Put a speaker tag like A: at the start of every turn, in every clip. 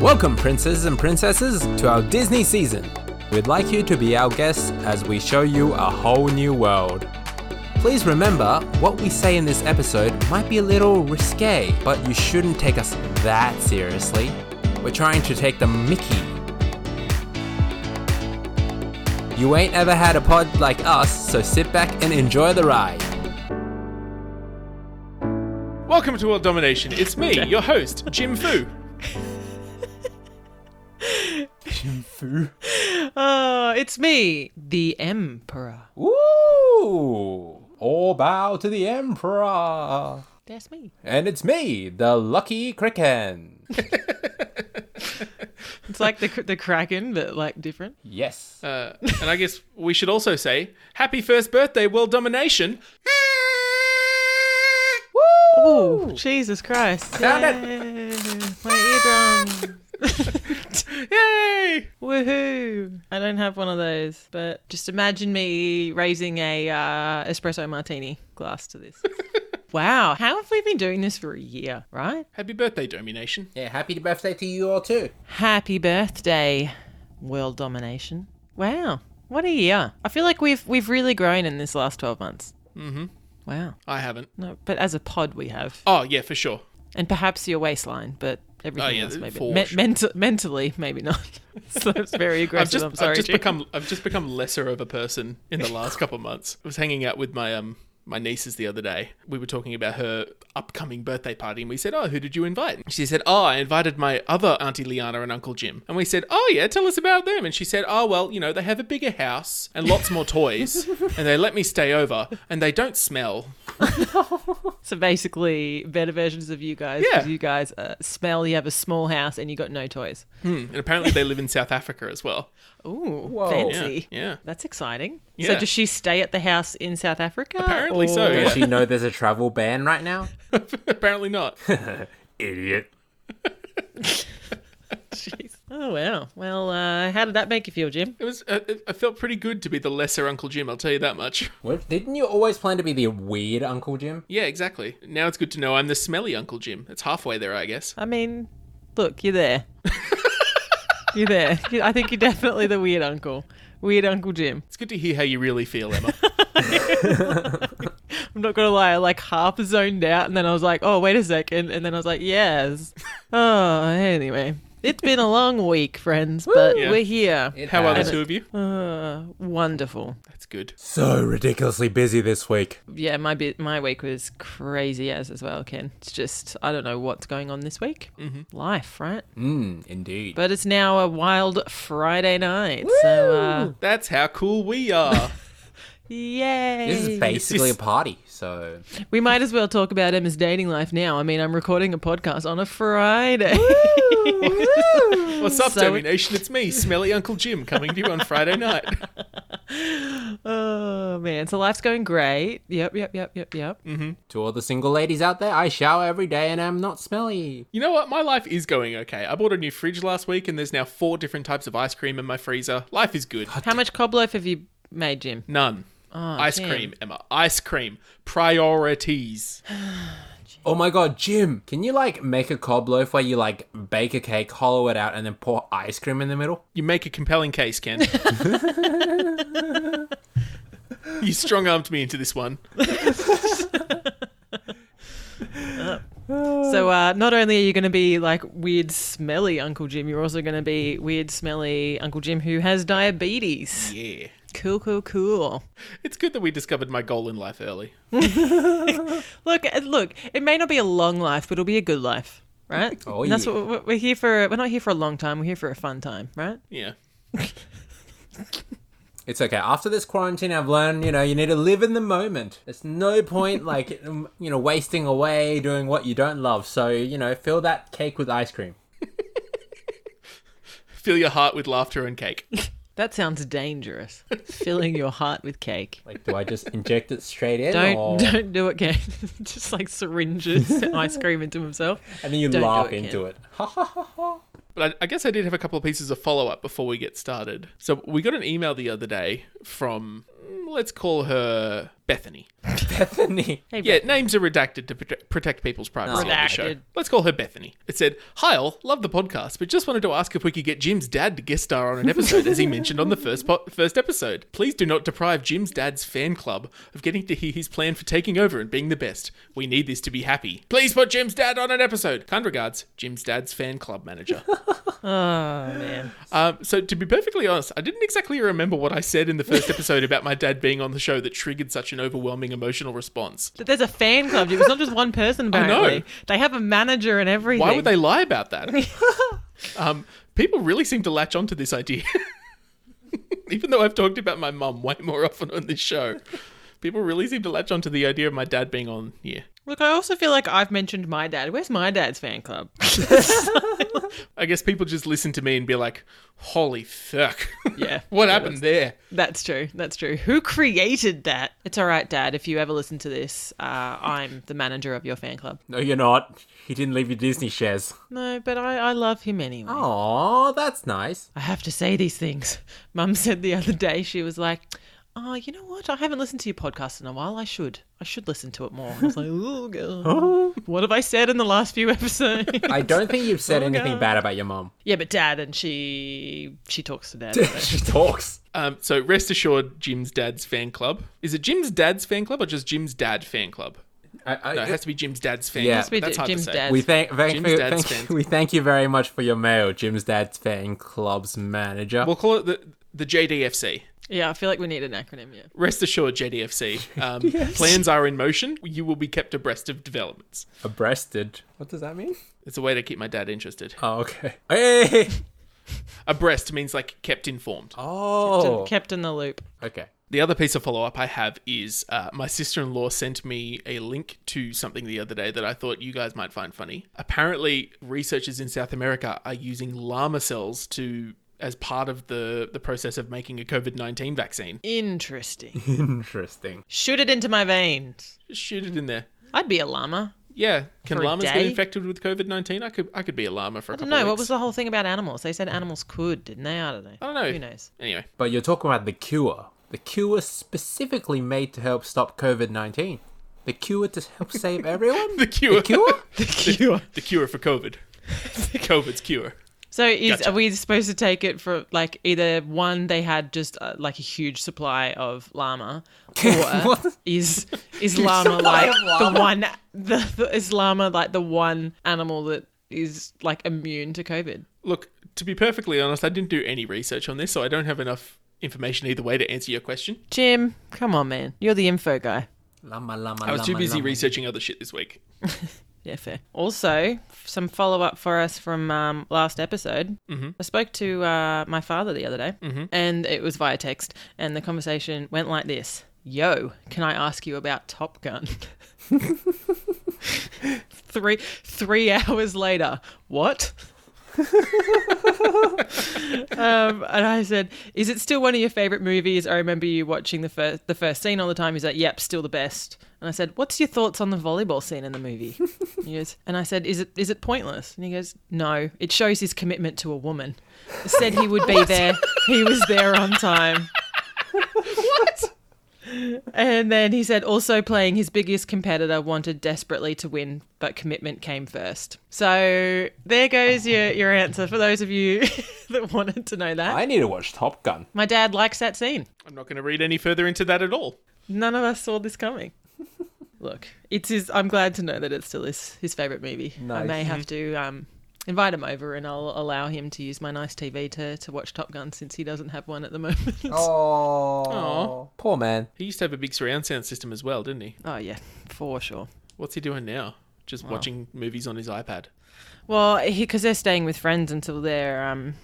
A: Welcome, princes and princesses, to our Disney season. We'd like you to be our guests as we show you a whole new world. Please remember, what we say in this episode might be a little risque, but you shouldn't take us that seriously. We're trying to take the mickey. You ain't ever had a pod like us, so sit back and enjoy the ride.
B: Welcome to World Domination. It's me, your host, Jim Fu.
C: Uh, it's me, the Emperor.
A: Woo! All bow to the Emperor!
C: That's me.
A: And it's me, the Lucky Kraken.
C: It's like the the Kraken, but like different.
A: Yes.
B: Uh, and I guess we should also say, Happy First Birthday, World Domination.
C: Oh, Jesus Christ!
A: Found it.
C: Yay, My eardrum.
B: Yay!
C: Woohoo! I don't have one of those, but just imagine me raising a uh, espresso martini glass to this. wow, how have we been doing this for a year, right?
B: Happy birthday, Domination.
A: Yeah, happy birthday to you all too.
C: Happy birthday, world domination. Wow, what a year. I feel like we've we've really grown in this last 12 months. Mm-hmm. Wow.
B: I haven't.
C: No, but as a pod we have.
B: Oh, yeah, for sure.
C: and perhaps your waistline, but everything
B: Oh, yeah,
C: else maybe
B: for
C: Me-
B: sure.
C: menta- mentally maybe not. so it's very
B: I've
C: aggressive.
B: just,
C: I'm sorry.
B: I've just
C: Jim.
B: become I've just become lesser of a person in the last couple of months. I was hanging out with my um my nieces the other day. We were talking about her upcoming birthday party and we said, "Oh, who did you invite?" And she said, "Oh, I invited my other Auntie Liana and Uncle Jim." And we said, "Oh, yeah, tell us about them." And she said, "Oh, well, you know, they have a bigger house and lots more toys and they let me stay over and they don't smell."
C: so basically better versions of you guys. 'cause
B: Yeah.
C: You guys uh, smell. You have a small house and you got no toys.
B: Hmm. And apparently they live in South Africa as well.
C: Ooh,
B: Yeah.
C: fancy.
B: Yeah.
C: That's exciting.
B: Yeah.
C: So does she stay at the house in South Africa?
B: Apparently so,
C: or-
B: yeah.
A: Does she know there's a travel ban right now?
B: apparently not.
A: Idiot.
C: Jeez. Oh wow. Well, uh, how did that make you feel, Jim?
B: It was uh, it, it felt pretty good to be the lesser Uncle Jim, I'll tell you that much.
A: What? Didn't you always plan to be the weird Uncle Jim?
B: Yeah, exactly. Now it's good to know I'm the smelly Uncle Jim. It's halfway there, I guess.
C: I mean, look, you're there. you're there. You- I think you're definitely the weird uncle. Weird Uncle Jim.
B: It's good to hear how you really feel, Emma.
C: I'm not gonna lie, I like half zoned out, and then I was like, oh, wait a second, and then I was like, yes. oh, anyway, it's been a long week, friends, but
B: Yeah.
C: we're here.
B: how are the
A: has-
B: two of you?
C: Uh, wonderful.
B: That's good.
A: So ridiculously busy this week.
C: Yeah, my bit, my week was crazy as as well, Ken. It's just I don't know what's going on this week.
B: Mm-hmm.
C: Life, right?
A: Mm, indeed.
C: But it's now a wild Friday night, so uh,
B: That's how cool we are.
C: yay!
A: this is basically
B: This-
A: a party, so
C: We might as well talk about Emma's dating life now. I mean, I'm recording a podcast on a Friday.
B: What's up,
C: So-
B: Domination? It's me, smelly Uncle Jim, coming to you on Friday night.
C: Oh man, so life's going great. Yep, yep, yep, yep, yep.
A: to all the single ladies out there, I shower every day and I'm not smelly.
B: You know what? My life is going okay. I bought a new fridge last week, and there's now four different types of ice cream in my freezer. Life is good.
C: How much cob loaf have you made, Jim?
B: None. ice
C: damn.
B: cream, Emma. Ice cream. Priorities.
A: Oh my god, Jim, can you like make a cob loaf where you like bake a cake, hollow it out, and then pour ice cream in the middle?
B: You make a compelling case, Ken. you strong armed me into this one.
C: So uh, not only are you going to be like weird smelly Uncle Jim, you're also going to be weird smelly Uncle Jim who has diabetes.
B: Yeah.
C: Cool, cool, cool.
B: It's good that we discovered my goal in life early.
C: Look, uh, look. It may not be a long life, but it'll be a good life, right?
A: Oh,
C: And That's
A: yeah.
C: what what we're here for. We're not here for a long time. We're here for a fun time, right?
B: Yeah.
A: It's okay. After this quarantine, I've learned, you know, you need to live in the moment. There's no point, like, um, you know, wasting away doing what you don't love. So, you know, fill that cake with ice cream.
B: Fill your heart with laughter and cake.
C: That sounds dangerous. Filling your heart with cake.
A: Like, do I just inject it straight in?
C: Don't
A: or...
C: don't do it, Ken. Just like syringes ice cream into himself.
A: And then you
C: don't do
A: laugh
C: it,
A: into
C: kid.
A: it. Ha ha ha ha.
B: But I, I guess I did have a couple of pieces of follow up before we get started. So we got an email the other day from, mm, let's call her Bethany.
A: Bethany.
C: Hey,
B: Yeah, names are redacted to prote- protect people's privacy on the show.
C: Redacted.
B: Let's call her Bethany. It said, Hi all, love the podcast, but just wanted to ask if we could get Jim's dad to guest star on an episode as he mentioned on the first po- first episode. Please do not deprive Jim's dad's fan club of getting to hear his plan for taking over and being the best. We need this to be happy. Please put Jim's dad on an episode. Kind regards, Jim's dad's fan club manager.
C: Oh man.
B: Um, so to be perfectly honest, I didn't exactly remember what I said in the first episode about my dad being on the show that triggered such an overwhelming emotional response.
C: But there's a fan club. It was not just one person
B: I know.
C: apparently. They have a manager and everything.
B: Why would they lie about that? um, people really seem to latch onto this idea. Even though I've talked about my mum way more often on this show, people really seem to latch onto the idea of my dad being on here.
C: Look, I also feel like I've mentioned my dad. Where's my dad's fan club?
B: I guess people just listen to me and be like, holy fuck.
C: Yeah.
B: what happened there?
C: That's true. That's true. Who created that? It's all right, Dad. If you ever listen to this, uh, I'm the manager of your fan club.
A: No, you're not. He didn't leave you Disney shares.
C: No, but I, I love him anyway.
B: Oh.
A: Aw, that's nice.
C: I have to say these things. Mum said the other day, she was like, Oh, you know what? I haven't listened to your podcast in a while. I should. I should listen to it more. I was like, Oh, God. What have I said in the last few episodes?
A: I don't think you've said anything
C: God.
A: bad about your mum.
C: yeah, but Dad, and she she talks to Dad. about it.
A: she talks.
B: Um, so rest assured, Jim's dad's fan club. Is it Jim's dad's fan club or just Jim's dad fan club?
A: I, I,
B: No, it has to be Jim's dad's fan
A: Yeah.
B: club.
A: Has to
C: be
B: That's hard
C: Jim's
B: to say.
C: dad's.
A: we thank, thank,
B: Jim's
A: you-
B: dad's
A: thank,
B: fans.
A: we thank you very much for your mail, Jim's Dad's fan club's manager.
B: We'll call it the, the JDFC.
C: Yeah, I feel like we need an acronym. Yeah.
B: Rest assured, JDFC. Um, Plans are in motion. You will be kept abreast of developments.
A: Abreasted. What does that mean?
B: It's a way to keep my dad interested.
A: Oh, okay. Hey!
B: Abreast means like kept informed.
A: Oh.
C: Kept in the loop.
A: Okay.
B: The other piece of follow up I have is uh, my sister in law sent me a link to something the other day that I thought you guys might find funny. Apparently, researchers in South America are using llama cells to as part of the the process of making a COVID nineteen vaccine.
C: Interesting.
A: Interesting.
C: Shoot it into my veins.
B: Just shoot it in there.
C: I'd be a llama.
B: Yeah, can
C: For a
B: llamas get
C: day?
B: infected with COVID nineteen? I could I could be a llama for a
C: I don't
B: couple
C: know.
B: of
C: What
B: weeks.
C: was the whole thing about animals? They said animals could, didn't they? I don't know.
B: I don't know.
C: Who knows?
B: Anyway,
A: But you're talking about the cure. The cure specifically made to help stop COVID 19. The cure to help save everyone?
B: the cure.
A: The cure?
B: the cure for COVID. COVID's cure.
C: So is
B: Gotcha.
C: are we supposed to take it for like either one they had just uh, like a huge supply of llama, or
A: What?
C: is is llama like the one the, the is llama like the one animal that is like immune to COVID?
B: Look, to be perfectly honest, I didn't do any research on this, so I don't have enough information either way to answer your question.
C: Jim, come on, man, you're the info guy.
A: Lama, lama,
B: I was too
A: lama,
B: busy
A: lama.
B: researching other shit this week.
C: Yeah, fair. Also, some follow up for us from um, last episode. Mm-hmm. I spoke to uh, my father the other day, and it was via text, and the conversation went like this Yo, can I ask you about Top Gun? three three hours later, what? um, and I said, "Is it still one of your favorite movies?" I remember you watching the first the first scene all the time. He's like, "Yep, still the best." And I said, "What's your thoughts on the volleyball scene in the movie?" And he goes, and I said, "Is it is it pointless?" And he goes, "No, it shows his commitment to a woman." Said he would be there. He was there on time. what? And then he said, also playing his biggest competitor, wanted desperately to win, but commitment came first. So there goes your, your answer for those of you that wanted to know that.
A: I need to watch Top Gun.
C: My dad likes that scene.
B: I'm not going to read any further into that at all.
C: None of us saw this coming. Look, it's his. I'm glad to know that it's still his his favorite movie. I
A: Nice.
C: may have
B: Mm-hmm.
C: to um, invite him over, and I'll allow him to use my nice TV to to watch Top Gun since he doesn't have one at the moment. Oh,
A: Oh. Poor man.
B: He used to have a big surround sound system as well, didn't he?
C: Oh, yeah, for sure.
B: What's he doing now? Just watching movies on his iPad.
C: Well, because they're staying with friends until their um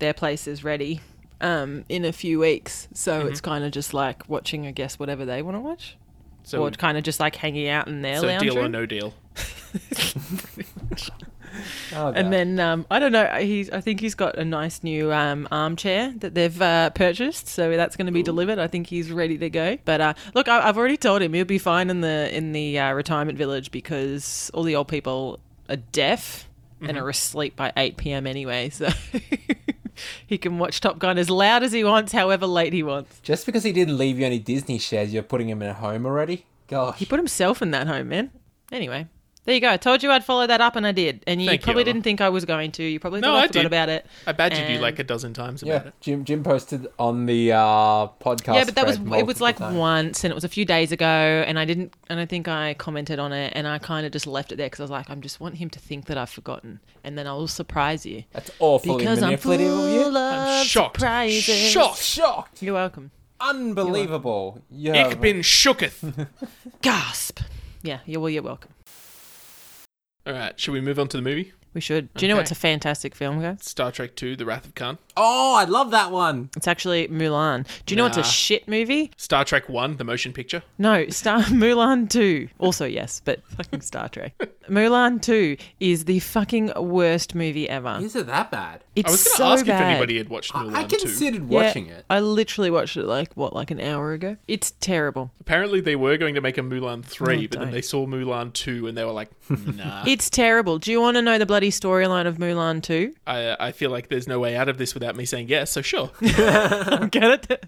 C: their place is ready um in a few weeks, so
B: Mm-hmm.
C: it's kind of just like watching, I guess, whatever they want to watch,
B: So,
C: or kind of just like hanging out in their
B: so
C: lounge
B: deal or
C: room.
B: no deal.
A: Oh,
C: And
A: God.
C: then um, I don't know. He's I think he's got a nice new um, armchair that they've uh, purchased, so that's going to be delivered. I think he's ready to go. But uh, look, I, I've already told him he'll be fine in the in the uh, retirement village because all the old people are deaf and
B: Mm-hmm.
C: are asleep by eight p.m. anyway, so he can watch Top Gun as loud as he wants, however late he wants.
A: Just because he didn't leave you any Disney shares, you're putting him in a home already? Gosh.
C: He put himself in that home, man. Anyway, there you go. I told you I'd follow that up, and I did. And you
B: Thank you,
C: probably
B: Ella.
C: didn't think I was going to. You probably
B: No,
C: thought I,
B: I
C: forgot
B: did.
C: about it.
B: I badgered you
C: And-
B: like a dozen times about
A: yeah,
B: it.
A: Jim Jim posted on the uh, podcast.
C: Yeah, but that was
A: thread
C: it was
A: multiple
C: like
A: times.
C: once, and it was a few days ago, and I didn't, and I think I commented on it, and I kind of just left it there because I was like, I just want him to think that I've forgotten, and then I'll surprise you
A: That's awfully
C: because I'm
A: manipulative
C: full
A: of you.
C: of
B: I'm shocked.
C: surprises.
B: Shocked.
A: Shocked.
C: You're welcome.
A: Unbelievable. You
B: Ich
A: have-
B: bin shooketh.
C: Gasp. Yeah, yeah. Well, you're welcome.
B: All right, should we move on to the movie?
C: We should. Do you know
B: Okay.
C: it's a fantastic film, guys?
B: Star Trek II, The Wrath of Khan.
A: Oh, I love that one.
C: It's actually Mulan. Do you know it's a
B: Nah.
C: shit movie?
B: Star Trek 1, The Motion Picture.
C: No, Star Mulan 2. Also, yes, but fucking Star Trek. Mulan 2 is the fucking worst movie ever.
A: Is it that bad?
C: It's
B: I was going to
C: so
B: ask if
C: bad.
B: anybody had watched Mulan
A: I, I
B: 2.
A: considered
C: Yeah,
A: watching it.
C: I literally watched it like what, like an hour ago. It's terrible.
B: Apparently, they were going to make a Mulan 3, but then
C: don't.
B: they saw Mulan 2 and they were like, nah.
A: Ah.
C: It's terrible. Do you want to know the bloody storyline of Mulan 2?
B: I, I feel like there's no way out of this without me saying yes, so sure.
C: Get it?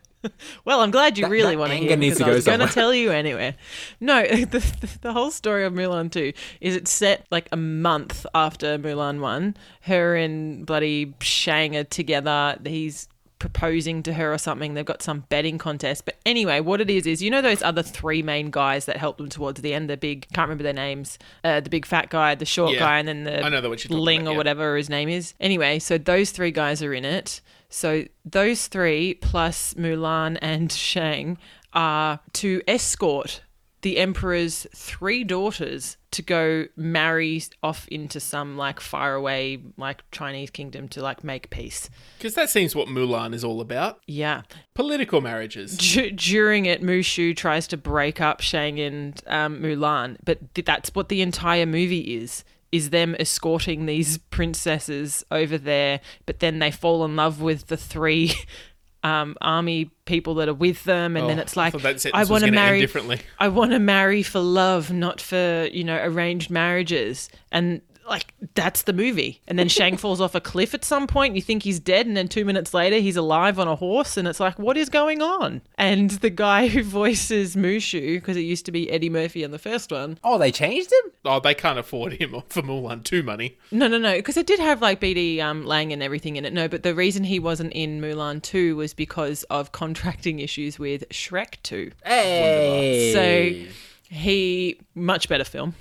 C: well, I'm glad you really
A: that
C: want to
A: anger
C: hear
A: needs
C: because
A: to
C: I
A: go
C: was going to
A: somewhere.
C: tell you anyway. No, the, the, the whole story of Mulan 2 is it's set like a month after Mulan 1. Her and bloody Shang are together. He's proposing to her or something. They've got some betting contest. But anyway, what it is is you know those other three main guys that help them towards the end, the big can't remember their names, uh, the big fat guy, the short
B: Yeah.
C: guy and then the
B: I know the one you're talking
C: Ling
B: about,
C: or
B: yeah.
C: whatever his name is. Anyway, so those three guys are in it. So those three plus Mulan and Shang are to escort the emperor's three daughters to go marry off into some like faraway like Chinese kingdom to like make peace.
B: Because that seems what Mulan is all about
C: Yeah.
B: political marriages.
C: D- during it, Mushu tries to break up Shang and um, Mulan, but th- that's what the entire movie is. Is them escorting these princesses over there, but then they fall in love with the three um, army people that are with them, and then
B: Oh,
C: it's like,
B: I thought that
C: I
B: sentence was
C: want to
B: gonna end
C: marry
B: differently.
C: I want to marry for love, not for you know arranged marriages, and like that's the movie. And then Shang falls off a cliff at some point. You think he's dead, and then two minutes later he's alive on a horse, and it's like, what is going on? And the guy who voices Mushu, because it used to be Eddie Murphy in the first one.
A: Oh, they changed him?
B: Oh, they can't afford him for Mulan 2 money.
C: No, no, no, because it did have like BD um, Lang and everything in it. No, but the reason he wasn't in Mulan Two was because of contracting issues with Shrek Two.
A: Hey.
C: So he much better film.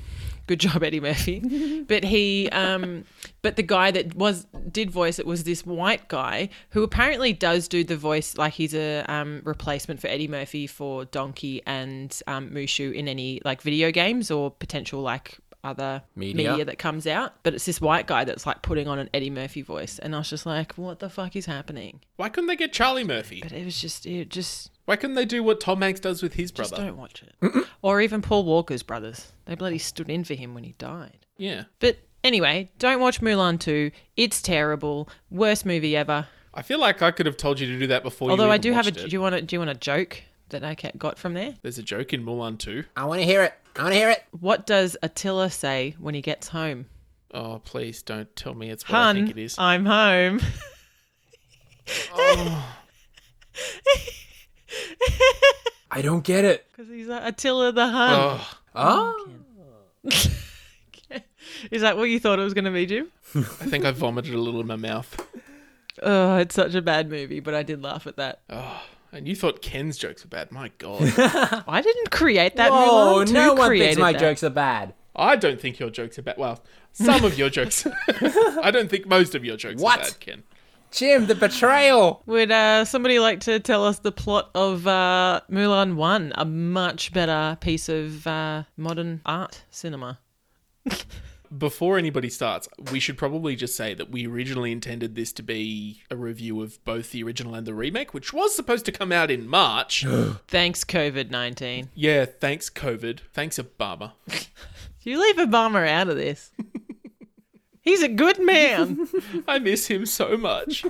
C: Good job, Eddie Murphy. But he, um, but the guy that was did voice it was this white guy who apparently does do the voice like he's a um, replacement for Eddie Murphy for Donkey and um, Mushu in any like video games or potential like other
A: Media.
C: media that comes out. But it's this white guy that's like putting on an Eddie Murphy voice, and I was just like, what the fuck is happening?
B: Why couldn't they get Charlie Murphy?
C: But it was just, it just
B: Why couldn't they do what Tom Hanks does with his
C: Just
B: brother?
C: don't watch it. or even Paul Walker's brothers. They bloody stood in for him when he died.
B: Yeah.
C: But anyway, don't watch Mulan 2. It's terrible. Worst movie ever.
B: I feel like I could have told you to do that before you
C: Although I
B: even
C: do have a
B: watched
C: do
B: it.
C: you want a do you want a joke that I ca- got from there?
B: There's a joke in Mulan 2.
A: I want to hear it. I want to hear it.
C: What does Attila say when he gets home?
B: Oh, please don't tell me it's what I
C: Hun, Um,
B: think it is.
C: I'm home.
A: I don't get it.
C: Because he's like Attila the Hun.
B: Oh,
A: Oh.
C: Is that what you thought it was going to be, Jim?
B: I think I vomited a little in my mouth.
C: Oh, it's such a bad movie, but I did laugh at that.
B: Oh, and you thought Ken's jokes were bad. My God.
C: I didn't create that.
A: Whoa,
C: Mulan 2
A: no one thinks
C: created
A: my
C: that.
A: jokes are bad.
B: I don't think your jokes are bad. Well, some of your jokes. I don't think most of your jokes
A: What?
B: are bad, Ken.
A: Jim, the betrayal.
C: Would uh, somebody like to tell us the plot of uh, Mulan 1, a much better piece of uh, modern art cinema?
B: Before anybody starts, we should probably just say that we originally intended this to be a review of both the original and the remake, which was supposed to come out in March.
C: Thanks, COVID 19.
B: yeah, thanks, COVID. Thanks, Obama.
C: You leave Obama out of this. He's a good man.
B: I miss him so much.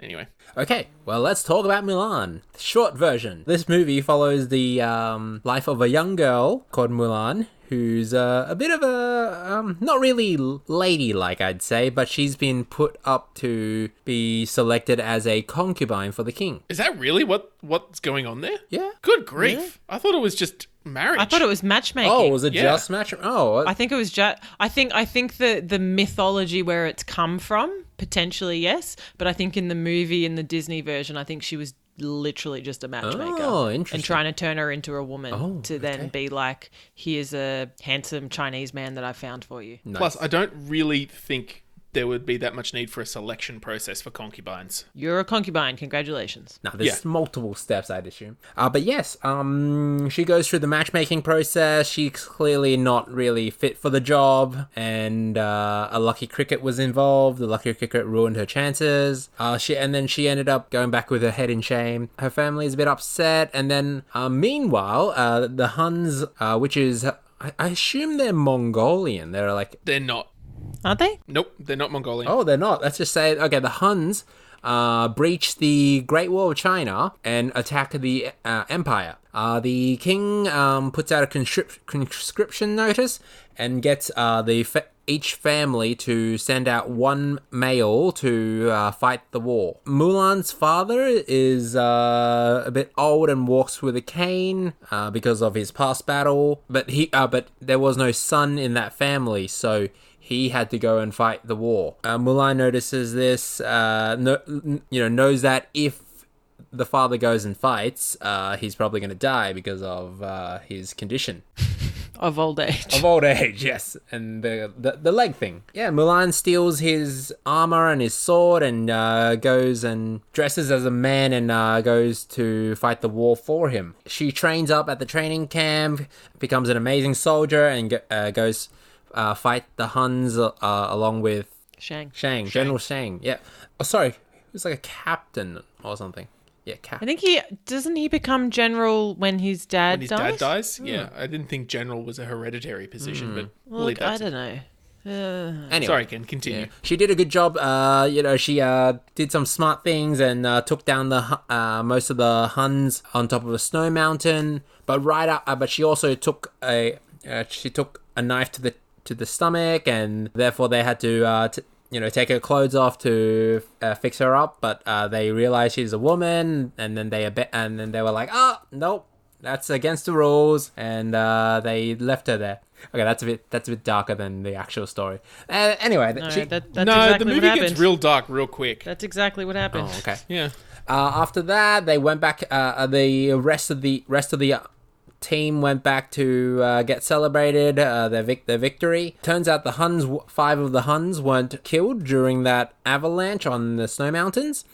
B: Anyway,
A: Okay, well, let's talk about Mulan. Short version. This movie follows the um, life of a young girl called Mulan, who's uh, a bit of a um, not really ladylike, I'd say, but she's been put up to be selected as a concubine for the king.
B: is that really what what's going on there?
A: Yeah.
B: Good grief! I thought it was just marriage.
C: I thought it was matchmaking.
A: Oh, was it
B: Yeah.
A: just match? Oh,
C: I think it was just. I think I think the the mythology where it's come from potentially yes, but I think in the movie in the Disney version, I think she was literally just a matchmaker.
A: Oh,
C: And
A: interesting.
C: trying to turn her into a woman
A: Oh,
C: to then
A: okay.
C: be like, here's a handsome Chinese man that I found for you.
A: nice.
B: Plus, I don't really think there would be that much need for a selection process for concubines.
C: You're a concubine. Congratulations.
A: No, there's
B: Yeah.
A: multiple steps, I'd assume. Uh, but yes, um, she goes through the matchmaking process. She's clearly not really fit for the job, and uh, a lucky cricket was involved. The lucky cricket ruined her chances. Uh, she and then she ended up going back with her head in shame. Her family is a bit upset, and then uh, meanwhile, uh, the Huns, uh, which is I, I assume they're Mongolian. They're like
B: They're not.
C: Aren't they?
B: Nope, they're not Mongolian.
A: Oh, they're not. Let's just say, okay, the Huns uh, breached the Great Wall of China and attacked the uh, empire. Uh, the king um, puts out a conscrip- conscription notice and gets uh, the fa- each family to send out one male to uh, fight the war. Mulan's father is uh, a bit old and walks with a cane uh, because of his past battle, but he uh, but there was no son in that family, so he had to go and fight the war. Uh, Mulan notices this, uh, no, n- you know, knows that if the father goes and fights, uh, he's probably going to die because of uh, his condition
C: Of old age.
A: of old age, yes, and the, the the leg thing. Yeah, Mulan steals his armor and his sword and uh, goes and dresses as a man and uh, goes to fight the war for him. She trains up at the training camp, becomes an amazing soldier, and go, uh, goes uh, fight the Huns uh, along with
C: Shang.
A: Shang, General Shang. Yeah, oh sorry, he was like a captain or something. Yeah,
C: I
A: captain.
C: think he doesn't he become general when his dad
B: When his dad
C: dies.
B: dies?
C: Hmm.
B: Yeah, I didn't think general was a hereditary position, but we'll leave
C: Look, Hmm. I
B: that. to-
C: don't know. Uh,
A: Anyway.
B: Sorry, Ken, continue.
A: Yeah. She did a good job. Uh, you know, she uh, did some smart things and uh, took down the Hu- uh, most of the Huns on top of a snow mountain. But right up, uh, but she also took a uh, she took a knife to the to the stomach, and therefore they had to. Uh, t- you know, take her clothes off to uh, fix her up, but uh, they realized she's a woman, and then they abe- and then they were like, "Ah, nope, that's against the rules and uh, they left her there okay that's a bit that's a bit darker than the actual story uh, anyway th-
C: no,
A: she-
C: that, that's
B: no,
C: exactly
B: the movie
C: what
B: gets
C: happened.
B: real dark real quick.
C: That's exactly what happened.
A: oh, okay
B: yeah.
A: uh, after that they went back uh, uh, the rest of the rest of the uh, team went back to uh, get celebrated uh, their vic- their victory turns out the huns w- five of the huns weren't killed during that avalanche on the snow mountains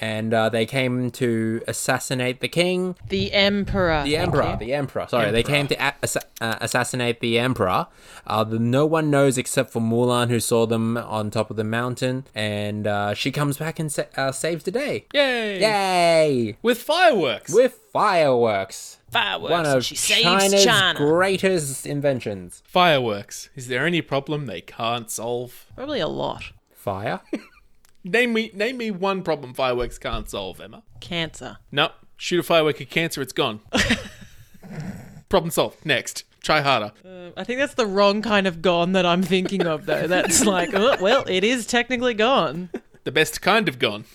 A: and uh, they came to assassinate the king
C: The emperor.
A: The emperor. The emperor. Sorry, they came to a- assa- uh, assassinate the emperor. Uh, the, no one knows except for Mulan, who saw them on top of the mountain, and uh, she comes back and sa- uh, saves the day.
B: Yay!
A: Yay!
B: With fireworks.
A: With fireworks.
C: Fireworks.
A: One of
C: she saves
A: China's
C: China.
A: greatest inventions.
B: fireworks. Is there any problem they can't solve?
C: Probably a lot.
A: Fire.
B: Name me name me one problem fireworks can't solve, Emma.
C: Cancer.
B: No. Shoot a firework at cancer, it's gone. problem solved. Next. Try harder.
C: I think that's the wrong kind of gone that I'm thinking of, though. That's like, oh, well, it is technically gone.
B: The best kind of gone.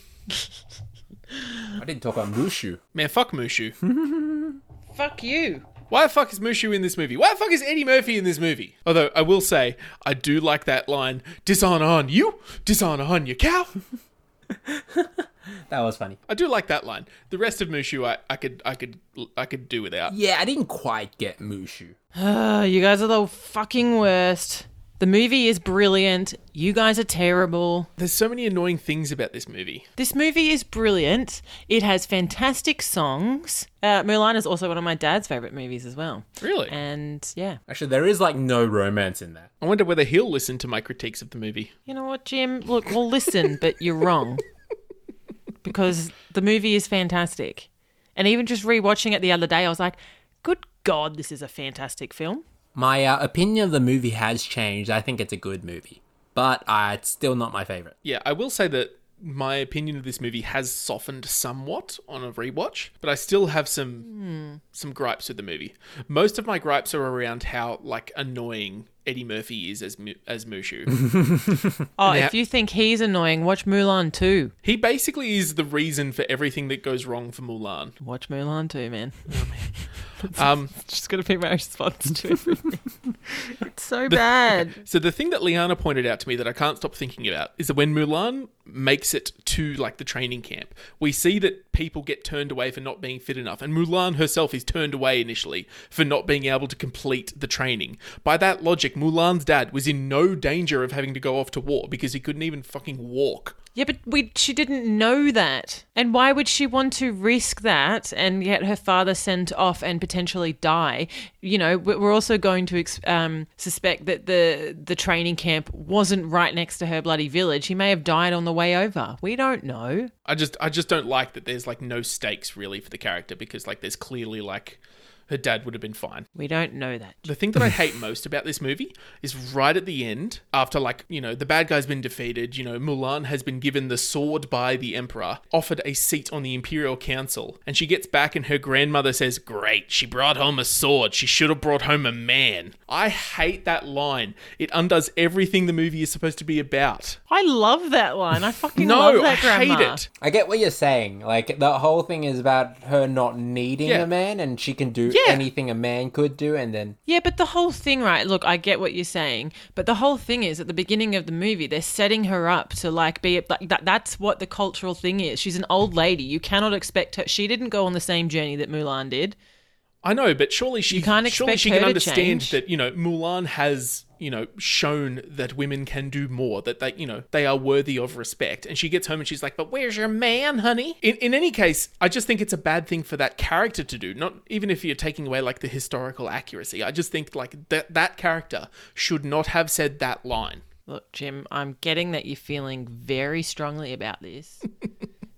A: I didn't talk about Mushu.
B: Man, fuck Mushu.
C: Fuck you.
B: Why the fuck is Mushu in this movie? Why the fuck is Eddie Murphy in this movie? Although I will say, I do like that line, dishonor on you, dishonor on your cow.
A: That was funny.
B: I do like that line. The rest of Mushu I, I could I could I could do without.
A: Yeah, I didn't quite get Mushu.
C: Uh, you guys are the fucking worst. The movie is brilliant. You guys are terrible.
B: There's so many annoying things about this movie.
C: This movie is brilliant. It has fantastic songs. Uh, Mulan is also one of my dad's favorite movies as well.
B: Really?
C: And yeah.
A: Actually, there is like no romance in that.
B: I wonder whether he'll listen to my critiques of the movie.
C: You know what, Jim? Look, well, listen, but you're wrong. Because the movie is fantastic. And even just rewatching it the other day, I was like, good God, this is a fantastic film.
A: My uh, opinion of the movie has changed. I think it's a good movie, but uh, it's still not my favorite.
B: Yeah, I will say that my opinion of this movie has softened somewhat on a rewatch, but I still have some some gripes with the movie. Most of my gripes are around how like annoying Eddie Murphy is as Mu- as Mushu.
C: Oh,
B: Now-
C: if you think he's annoying, watch Mulan 2.
B: he basically is the reason for everything that goes wrong for Mulan.
C: Watch Mulan 2, man.
B: Um,
C: Just going to be my response to everything. it's so bad.
B: so the thing that Liana pointed out to me that I can't stop thinking about is that when Mulan makes it to like the training camp, we see that people get turned away for not being fit enough, and Mulan herself is turned away initially for not being able to complete the training. By that logic, Mulan's dad was in no danger of having to go off to war because he couldn't even fucking walk.
C: Yeah, but we she didn't know that. And why would she want to risk that and get her father sent off and potentially die? You know, we- we're also going to ex- um, suspect that the the training camp wasn't right next to her bloody village. He may have died on the way over. We don't know.
B: I just I just don't like that there's like no stakes really for the character because like there's clearly like her dad would have been fine.
C: We don't know that.
B: The thing that I hate most about this movie is right at the end, after like, you know, the bad guy's been defeated, you know, Mulan has been given the sword by the Emperor, offered a seat on the Imperial Council, and she gets back and her grandmother says, Great, she brought home a sword. She should have brought home a man. I hate that line. It undoes everything the movie is supposed to be about.
C: I love that line. I fucking
B: No,
C: love
B: I
C: that grandma.
B: hate it.
A: I get what you're saying. Like the whole thing is about her not needing
B: Yeah.
A: a man, and she can do
B: Yeah.
A: anything a man could do, and then
C: Yeah, but the whole thing, right? Look, I get what you're saying, but the whole thing is at the beginning of the movie, they're setting her up to like be like that. That's what the cultural thing is. She's an old lady. You cannot expect her. She didn't go on the same journey that Mulan did.
B: I know, but surely she
C: can't
B: surely
C: expect
B: she
C: her
B: can
C: to
B: understand
C: change.
B: that you know Mulan has you know shown that women can do more that they you know they are worthy of respect and she gets home and she's like but where's your man honey in, in any case i just think it's a bad thing for that character to do not even if you're taking away like the historical accuracy i just think like that that character should not have said that line
C: Look, Jim, I'm getting that you're feeling very strongly about this.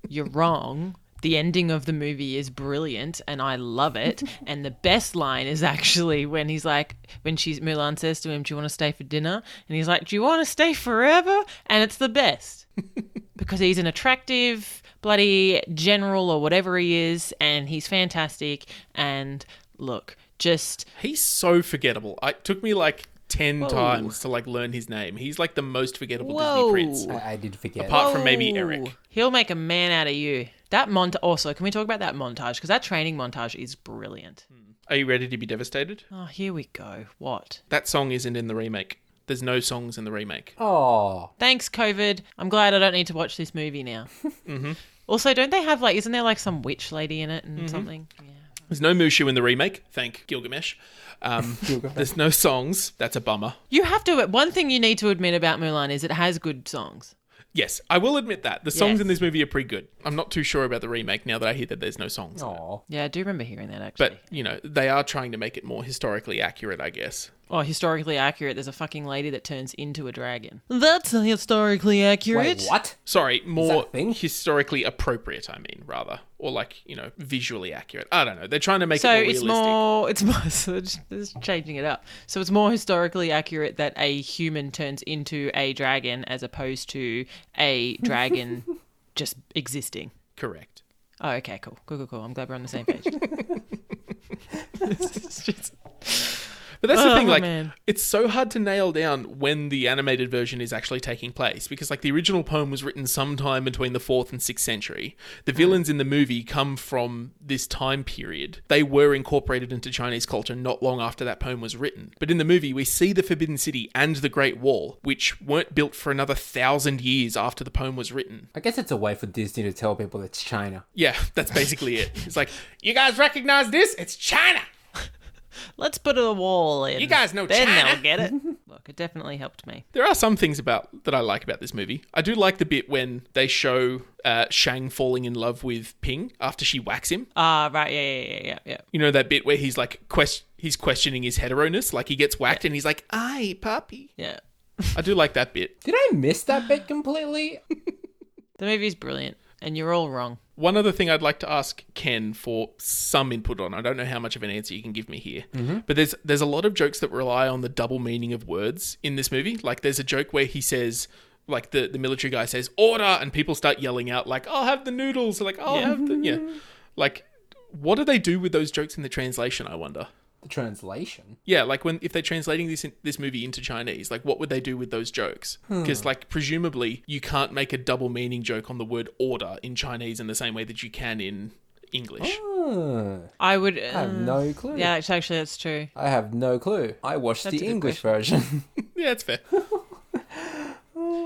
C: you're wrong. The ending of the movie is brilliant and I love it. And the best line is actually when he's like, when she's, Mulan says to him, Do you want to stay for dinner? And he's like, Do you want to stay forever? And it's the best because he's an attractive, bloody general or whatever he is. And he's fantastic. And look, just
B: he's so forgettable I, it took me like 10 times to like learn his name he's like the most forgettable disney
C: Whoa.
B: prince
A: I, I did forget.
B: apart from maybe eric
C: Ooh, Oh, He'll make a man out of you. That mont also, can we talk about that montage? Because that training montage is brilliant.
B: are you ready to be devastated
C: Oh, here we go. What?
B: That song isn't in the remake. There's no songs in the remake.
A: oh,
C: Thanks, COVID. I'm glad I don't need to watch this movie now.
B: Mm-hmm.
C: Also, don't they have like, isn't there like some witch lady in it and something? Yeah.
B: There's no Mushu in the remake. Thank Gilgamesh. Um, there's no songs. That's a bummer.
C: You have to, one thing you need to admit about Mulan is it has good songs.
B: Yes, I will admit that the songs
C: Yes.
B: in this movie are pretty good. I'm not too sure about the remake now that I hear that there's no songs. in it.
A: oh,
C: Yeah, I do remember hearing that actually.
B: But you know they are trying to make it more historically accurate, I guess.
C: oh, historically accurate. There's a fucking lady that turns into a dragon. That's historically accurate.
A: wait, what?
B: Sorry, more
A: a thing?
B: historically appropriate. I mean, rather, or like you know visually accurate. I don't know. They're trying to make
C: so
B: it more
C: it's
B: realistic.
C: more it's more so it's just changing it up so it's more historically accurate that a human turns into a dragon as opposed to a dragon just existing
B: Correct.
C: oh okay cool cool cool cool i'm glad we're on the same page It's just-
B: But that's the
C: Oh,
B: thing, like,
C: man.
B: it's so hard to nail down when the animated version is actually taking place because, like, the original poem was written sometime between the 4th and 6th century. The
C: Hmm.
B: villains in the movie come from this time period. They were incorporated into Chinese culture not long after that poem was written. But in the movie, we see the Forbidden City and the Great Wall, which weren't built for another thousand years after the poem was written.
A: I guess it's a way for Disney to tell people it's China.
B: Yeah, that's basically it. It's like, you guys recognize this? It's China!
C: let's put a wall in
B: You guys know
C: then
B: China.
C: they'll get it look it definitely helped me
B: There are some things about that I like about this movie. I do like the bit when they show uh, Shang falling in love with Ping after she whacks him.
C: ah right yeah yeah yeah yeah yeah
B: You know that bit where he's like quest- he's questioning his heteroness, like he gets whacked and he's like, "Aye, puppy."
C: yeah
B: I do like that bit.
A: Did I miss that bit completely?
C: the movie's brilliant and you're all wrong
B: One other thing I'd like to ask Ken for some input on. I don't know how much of an answer you can give me here, but there's there's a lot of jokes that rely on the double meaning of words in this movie. Like there's a joke where he says. Like the, the military guy says, order, and people start yelling out, like, I'll have the noodles, or like, I'll have the. Yeah. Like, what do they do with those jokes in the translation, I wonder?
A: The translation.
B: Yeah, like when if they're translating this in, this movie into Chinese, like what would they do with those jokes?
A: Hmm.
B: Because like presumably you can't make a double meaning joke on the word order in Chinese in the same way that you can in English.
A: Hmm.
C: I would. Uh,
A: I have no clue.
C: Yeah, it's actually that's true.
A: I have no clue. I watched
C: That's
A: the
C: a good
A: English version.
B: Yeah, it's fair.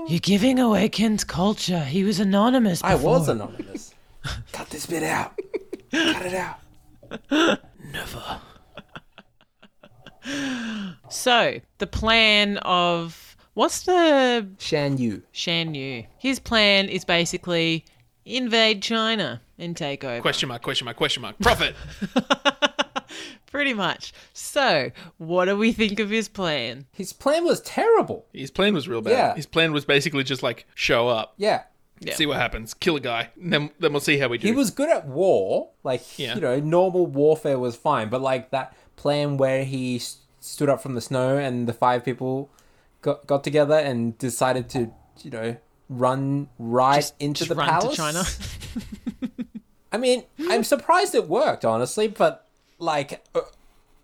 C: You're giving away Kent's culture. He was anonymous.
A: I was anonymous. Cut this bit out. Cut it out.
C: So the plan of what's the
A: Shan Yu.
C: Shan Yu? His plan is basically invade China and take over.
B: question mark, question mark, question mark. Profit.
C: Pretty much. So what do we think of his plan?
A: His plan was terrible.
B: His plan was real bad.
A: Yeah.
B: His plan was basically just like show up,
A: Yeah.
C: Yeah.
B: see what happens, kill a guy, and then then we'll see how we do.
A: He was good at war. Like,
B: Yeah.
A: you know, normal warfare was fine. But, like, that plan where he s- stood up from the snow and the five people got, got together and decided to, you know, run right into
C: Just
A: the
C: run
A: palace.
C: to China.
A: I mean, I'm surprised it worked, honestly, but like, uh,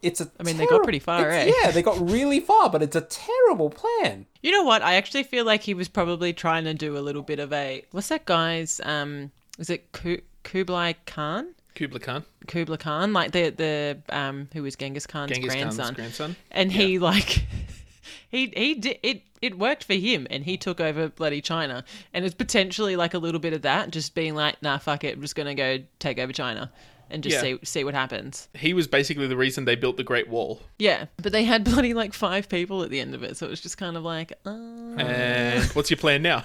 A: it's a. I
C: mean, they got pretty far, eh?
A: Yeah, they got really far, but it's a terrible plan.
C: You know what? I actually feel like he was probably trying to do a little bit of a what's that guy's um is it Ku- Kublai Khan?
B: Kublai Khan,
C: Kublai Khan, like the the um who was Genghis Khan's
B: Genghis Khan's
C: grandson.
B: grandson.
C: and he like he he did it it worked for him and he took over bloody China and it's potentially like a little bit of that just being like nah fuck it I'm just gonna go take over China and just
B: Yeah.
C: see see what happens
B: He was basically the reason they built the Great Wall.
C: yeah but they had bloody like five people at the end of it so it was just kind of like uh,
A: Oh.
B: And what's your plan now?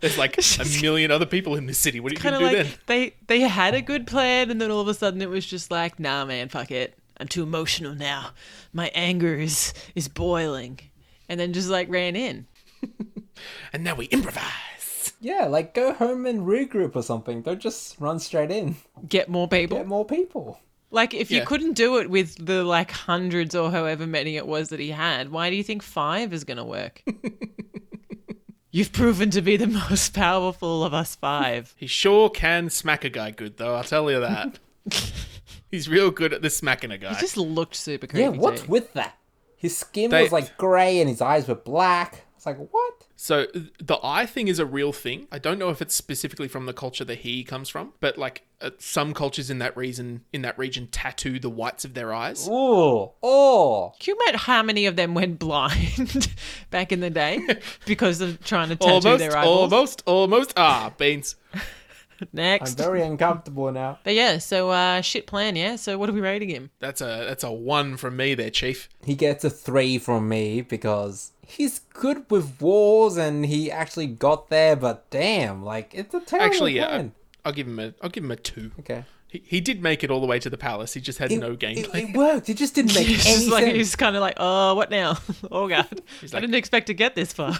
B: There's like a million other people in this city. What are you
C: kind
B: going
C: of
B: to do
C: like
B: then?
C: they they had a good plan and then all of a sudden it was just like nah man fuck it I'm too emotional now my anger is is boiling and then just like ran in
B: And now we improvise.
A: Yeah, like go home and regroup or something. Don't just run straight in.
C: get more people
A: Get more people.
C: Like if
B: Yeah.
C: you couldn't do it with the like hundreds or however many it was that he had, why do you think five is going to work? You've proven to be the most powerful of us five.
B: He sure can smack a guy good, though. I'll tell you that. He's real good at this smacking a guy.
C: It just looked super creepy.
A: Yeah, what's
C: too.
A: with that? His skin
B: They-
A: was like grey and his eyes were black. It's like what?
B: So th- the eye thing is a real thing. I don't know if it's specifically from the culture that he comes from, but like uh, some cultures in that reason in that region tattoo the whites of their eyes.
A: Ooh, oh,
C: Can you imagine how many of them went blind back in the day because of trying to tattoo
B: Almost,
C: their eyeballs?
B: almost, almost. Ah, beans.
A: I'm
C: Next.
A: very uncomfortable now.
C: But yeah, so uh, shit plan, yeah. So what are we rating him?
B: That's a that's a one from me there, chief.
A: He gets a three from me because he's good with wars and he actually got there. But damn, like it's a terrible
B: Actually, yeah,
A: plan.
B: I- I'll give him a I'll give him a two.
A: Oh, Okay.
B: He, he did make it all the way to the palace. He just had no
A: It,
B: gameplay.
A: it worked. It just didn't make any
C: It's just like
A: sense.
C: he's kind of like, oh, what now? oh god, I
B: like-
C: didn't expect to get this far.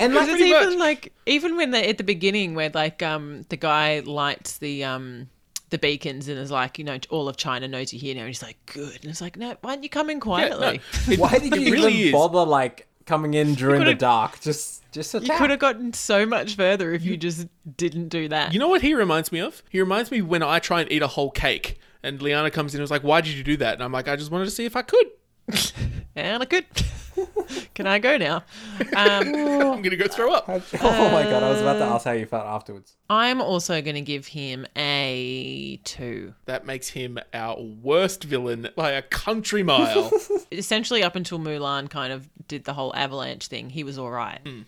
A: And like,
C: Because it's
B: Pretty
C: even
B: much.
C: like even when they at the beginning where like um the guy lights the um the beacons and is like you know all of China knows you're here now and he's like good and it's like no why aren't you coming
B: Yeah, no,
C: quietly
B: it-
A: why did
B: it
A: you
B: really
A: even
B: is.
A: bother like coming in during the
C: could've-
A: dark? Just, just
C: you could
A: attack.
C: have gotten so much further if you just didn't do that
B: You know what he reminds me of? He reminds me when I try and eat a whole cake, and Liana comes in and was like, "Why did you do that?" And I'm like, "I just wanted to see if I could."
C: and I could can I go now um
B: I'm gonna go throw up.
A: oh my god, I was about to ask how you felt afterwards.
C: I'm also gonna give him a two
B: That makes him our worst villain by a country mile.
C: essentially up until Mulan kind of did the whole avalanche thing, he was all right.
B: Hmm.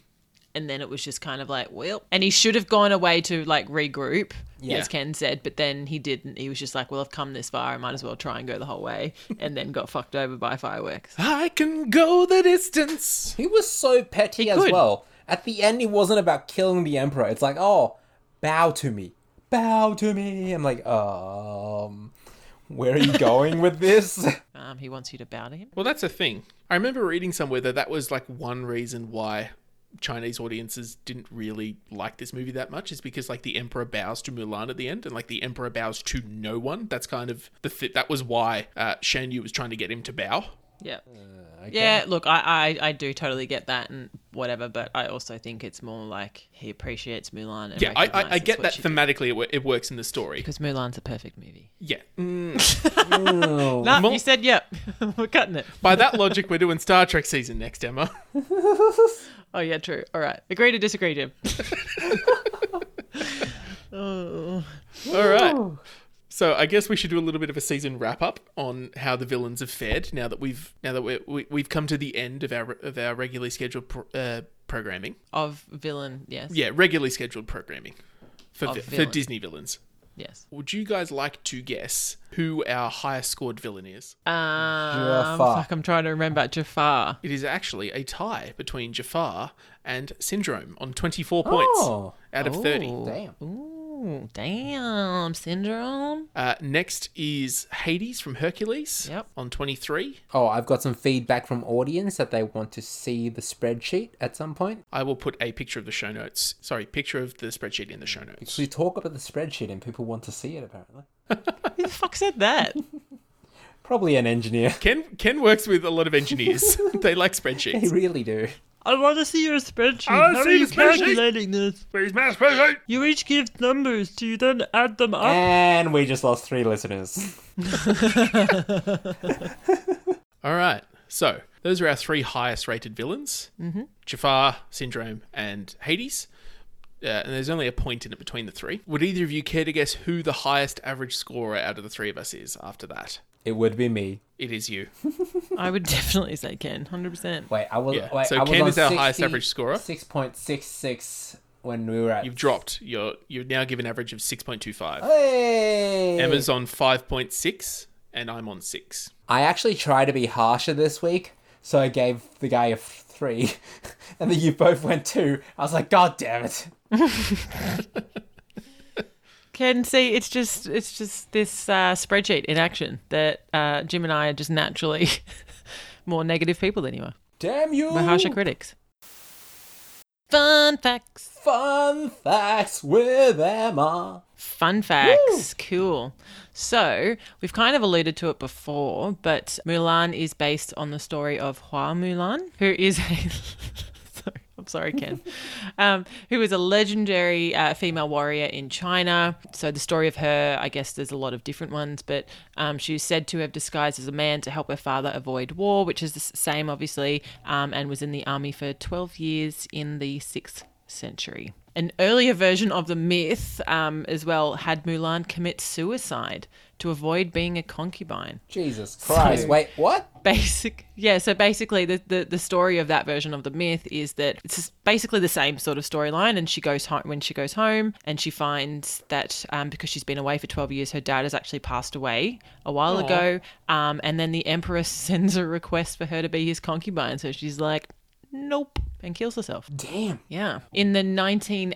C: And then it was just kind of like, well, and he should have gone away to like regroup,
B: Yeah.
C: as Ken said, but then he didn't. He was just like, well, I've come this far, I might as well try and go the whole way, and then got fucked over by fireworks.
B: I can go the distance.
A: He was so petty as
C: could.
A: well. At the end, it wasn't about killing the emperor. It's like, oh, bow to me, bow to me. I'm like, um, where are you going with this?
C: Um, he wants you to bow to him.
B: Well, that's a thing. I remember reading somewhere that that was like one reason why Chinese audiences didn't really like this movie that much is because like the emperor bows to Mulan at the end and like the emperor bows to no one. That's kind of the th- that was why uh, Shan Yu was trying to get him to bow.
C: Yeah.
A: Okay.
C: Yeah, look, I, I, I do totally get that and whatever, but I also think it's more like he appreciates Mulan. And
B: Yeah, I, I, I
C: recognises
B: get
C: what
B: that
C: she did.
B: thematically. It, wo- it works in the story.
C: because Mulan's a perfect movie.
B: Yeah. Mm.
A: Oh.
C: No,
B: Mul-
C: you said yep. We're cutting it.
B: By that logic, we're doing Star Trek season next, Emma.
C: Oh yeah, true. All right, agree to disagree, Jim. oh.
B: All right. So I guess we should do a little bit of a season wrap up on how the villains have fared now that we've now that we're, we, we've come to the end of our of our regularly scheduled pro, uh, programming.
C: Of villain, yes.
B: Yeah, regularly scheduled programming for
C: Of
B: vi- for
C: villain.
B: Disney villains.
C: Yes.
B: Would you guys like to guess who our highest scored villain is?
C: Um,
A: Jafar.
C: fuck, I'm trying to remember Jafar.
B: It is actually a tie between Jafar and Syndrome on 24 points
A: Oh.
B: out of 30.
C: Ooh.
A: Damn.
C: Ooh, damn. Syndrome.
B: Uh, next is Hades from Hercules
C: Yep.
B: on 23.
A: Oh, I've got some feedback from audience that they want to see the spreadsheet at some point.
B: I will put a picture of the show notes. Sorry, picture of the spreadsheet in the show notes.
A: So you talk about the spreadsheet and people want to see it apparently.
C: Who the fuck said that?
A: Probably an engineer.
B: Ken Ken works with a lot of engineers. they like
A: They
B: spreadsheets.
A: really do.
C: I want to see your spreadsheet.
B: I wanna How are see you the spreadsheet. calculating
C: this? You each give numbers. Do you then add them up?
A: And we just lost three listeners.
B: All right. So those are our three highest rated villains: mm-hmm. Jafar, Syndrome, and Hades. Uh, and there's only a point in it between the three. Would either of you care to guess who the highest average scorer out of the three of us is after that?
A: It would be me.
B: It is you.
C: I would definitely say Ken, hundred percent.
A: Wait, I was.
B: Yeah,
A: Wait,
B: so
A: I was
B: Ken
A: on
B: is our highest
A: 60
B: average scorer.
A: 6.66 when we were at.
B: You've dropped. You're you're now given average of six point two five.
A: Hey!
B: Emma's on five point six, and I'm on six.
A: I actually tried to be harsher this week, so I gave the guy a f- three, and then you both went two. I was like, God damn it.
C: Ken, see, it's just it's just this uh, spreadsheet in action that uh, Jim and I are just naturally more negative people than you are.
A: Damn you.
C: We're harsher critics. Fun facts.
A: Fun facts with Emma.
C: Fun facts. Cool. So, we've kind of alluded to it before, but Mulan is based on the story of Hua Mulan, who is a. sorry, I'm sorry, Ken. um, who is a legendary uh, female warrior in China. So, the story of her, I guess there's a lot of different ones, but um, she's said to have disguised as a man to help her father avoid war, which is the s- same, obviously, um, and was in the army for 12 years in the sixth century. An earlier version of the myth, um, as well, had Mulan commit suicide to avoid being a concubine.
A: Jesus Christ.
C: So-
A: Wait, what?
C: Basic, yeah. So basically, the, the the story of that version of the myth is that it's just basically the same sort of storyline. And she goes home when she goes home, and she finds that um, because she's been away for twelve years, her dad has actually passed away a while ago. Um, and then the emperor sends a request for her to be his concubine. So she's like, nope, and kills herself.
A: Damn.
C: Yeah. In the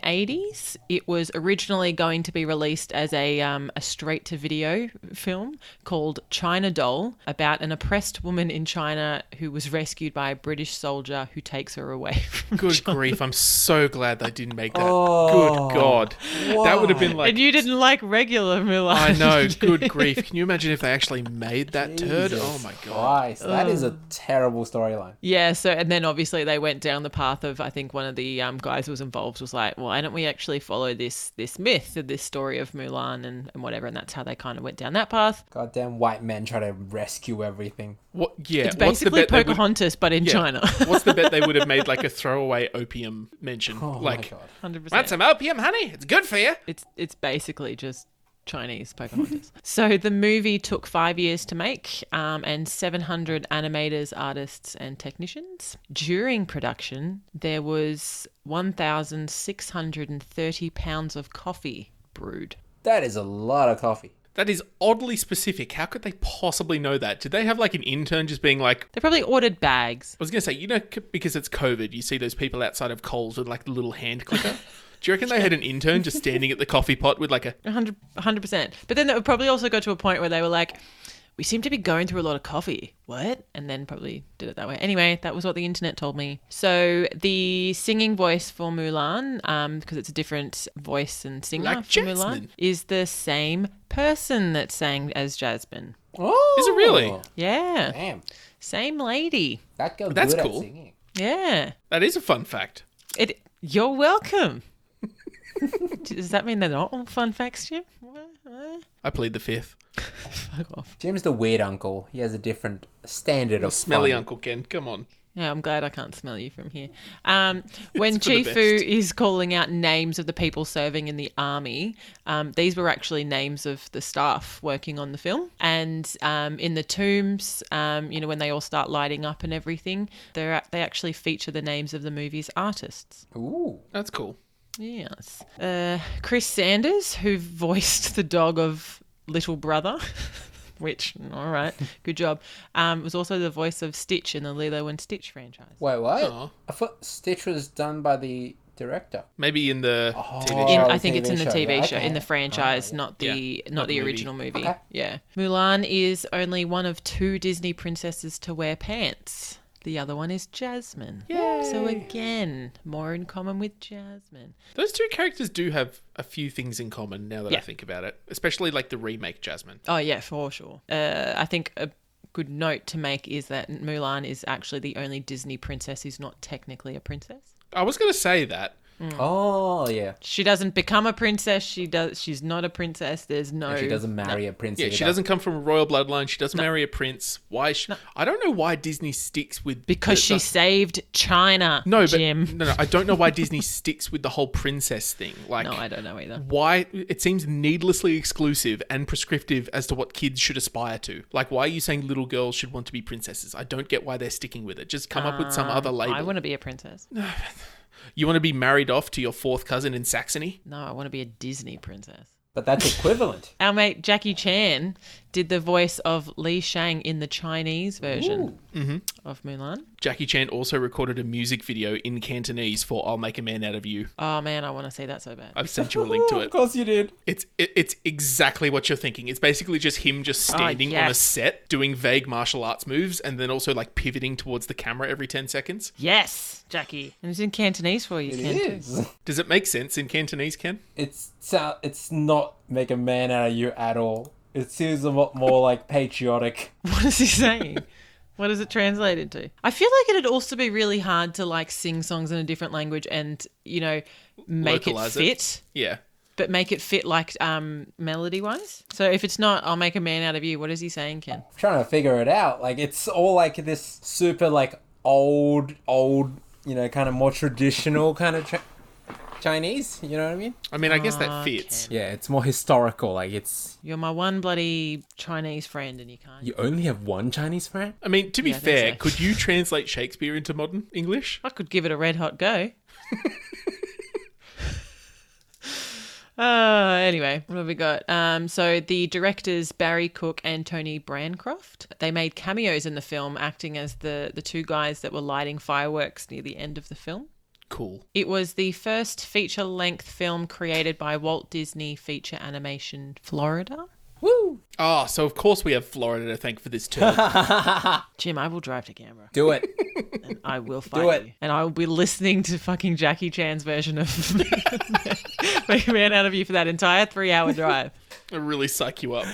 C: 1980s, it was originally going to be released as a, um, a straight to video film called China Doll about an oppressed woman in China who was rescued by a British soldier who takes her away.
B: Good grief! I'm so glad they didn't make that.
A: Oh.
B: Good God, that would have been like
C: and you didn't like regular Mulan.
B: I know. Good grief! Can you imagine if they actually made that turd?
A: Jesus
B: Oh my god!
A: Christ. That is a terrible storyline.
C: Yeah, so and then obviously they went down the path of I think one of the um, guys who was involved was like, well, why don't we actually follow this this myth of this story of Mulan and, and whatever, and that's how they kind of went down that path.
A: Goddamn white men try to rescue everything.
B: What? Yeah,
C: It's basically
B: what's the bet they would-
C: Pocahontas, but in
B: yeah.
C: China.
B: what's the bet they would have made like a throwaway opium mention?
A: Oh
B: like,
A: my god.
C: 100%.
B: want some opium, honey? It's good for you.
C: it's it's basically just Chinese Pocahontas. so the movie took five years to make, um, and 700 animators, artists, and technicians. During production, there was 1,630 pounds of coffee brewed.
A: That is a lot of coffee.
B: That is oddly specific. How could they possibly know that? Did they have like an intern just being like?
C: They probably ordered bags.
B: I was gonna say, you know, c- because it's COVID, you see those people outside of Coles with like the little hand clicker. Do you reckon they had an intern just standing at the coffee pot with like a
C: 100 percent. But then it would probably also got to a point where they were like. We seem to be going through a lot of coffee. What? And then probably did it that way. Anyway, that was what the internet told me. So the singing voice for Mulan, because it's a different voice and singer
B: Like
C: for Mulan,
B: Jasmine.
C: is the same person that sang as Jasmine.
A: Oh,
B: Is it really?
C: Yeah.
A: Damn,
C: Same lady.
A: that girl.
B: That's
A: good
B: cool.
A: At singing.
C: Yeah.
B: That is a fun fact.
C: It. You're welcome. Does that mean they're not all fun facts, Jim?
B: I plead the fifth.
C: Fuck off.
A: Jim's the weird uncle. He has a different standard of
B: Smelly
A: fun.
B: Uncle Ken. Come on.
C: Yeah, I'm glad I can't smell you from here. Um, when
B: It's for the
C: Chifu
B: best.
C: is calling out names of the people serving in the army, um, these were actually names of the staff working on the film. And um, in the tombs, um, you know, when they all start lighting up and everything, they're, ac- they actually feature the names of the movie's artists.
A: Ooh,
B: That's cool.
C: Yes. Uh, Chris Sanders, who voiced the dog of Little Brother, which, all right, good job, um, was also the voice of Stitch in the Lilo and Stitch franchise.
A: wait, what?
B: Aw.
A: I thought Stitch was done by the director.
B: Maybe in the TV
A: Oh,
B: show.
C: In,
A: the
C: I think it's in
A: TV
C: the
A: show,
C: TV
A: yeah,
C: show, in the
A: okay.
C: franchise, not the
B: Yeah,
C: not,
B: not
C: the
B: the movie.
C: original movie.
A: Okay.
C: Yeah, Mulan is only one of two Disney princesses to wear pants. The other one is Jasmine. So again, more in common with Jasmine.
B: Those two characters do have a few things in common now that I
C: Yeah.
B: think about it, especially like the remake Jasmine.
C: Oh yeah, for sure. Uh, I think a good note to make is that Mulan is actually the only Disney princess who's not technically a princess.
B: I was going to say that.
A: Oh yeah,
C: She doesn't become a princess. She does. She's not a princess. There's no.
A: she doesn't marry a prince.
B: Yeah, she
A: either.
B: doesn't come from a royal bloodline. She doesn't marry a prince. Why? She, I don't know why Disney sticks with
C: because
B: the-
C: she
B: the-
C: saved China.
B: no, but
C: Jim.
B: no, no. I don't know why Disney sticks with the whole princess thing. Like,
C: No, I don't know either.
B: why it seems needlessly exclusive and prescriptive as to what kids should aspire to. Like, why are you saying little girls should want to be princesses? I don't get why they're sticking with it. Just come up with some other label.
C: Um, I want to be a princess.
B: you want to be married off to your fourth cousin in Saxony?
C: No, I want to be a Disney princess.
A: But that's equivalent.
C: Our mate Jackie Chan did the voice of Li Shang in the Chinese version of Mulan.
B: Jackie Chan also recorded a music video in Cantonese for "I'll Make a Man Out of You."
C: Oh man, I want to see that so bad.
B: I've sent you a link to
A: of
B: it.
A: course you did.
B: It's it, it's exactly what you're thinking. It's basically just him just standing on a
C: Ah, yes.
B: set doing vague martial arts moves and then also like pivoting towards the camera every 10 seconds.
C: Yes, Jackie. And it's in Cantonese for you,
A: It
C: Ken.
A: is.
B: Does it make sense in Cantonese, Ken?
A: It's so, it's not make a man out of you at all. It seems a lot more like patriotic.
C: What is he saying? what does it translate into? I feel like it'd also be really hard to like sing songs in a different language and, you know, make
B: Localize
C: it
B: it.
C: fit.
B: Yeah.
C: But make it fit like um melody wise. So if it's not, I'll make a man out of you. What is he saying, Ken?
A: I'm trying to figure it out. Like it's all like this super like old old you know kind of more traditional kind of. Tra- Chinese, you know what I mean?
B: I mean, I guess
C: Ah,
B: that fits.
A: Yeah, it's more historical. Like it's
C: You're my one bloody Chinese friend, and you can't.
A: you only have one Chinese friend.
B: I mean, to be
C: Yeah, I think
B: fair,
C: so.
B: could you translate Shakespeare into modern English?
C: I could give it a red hot go. Uh, anyway, what have we got? Um, so the directors Barry Cook and Tony Brancroft they made cameos in the film, acting as the the two guys that were lighting fireworks near the end of the film.
B: Cool.
C: It was the first feature length film created by Walt Disney Feature Animation Florida.
A: Woo!
B: Ah, so of course we have Florida to thank for this term.
C: Jim, I will drive to camera.
A: Do it.
C: And I will fight
A: it.
C: you. And I will be listening to fucking Jackie Chan's version of Make a Man Out of You for that entire three hour drive.
B: It'll really psych you up.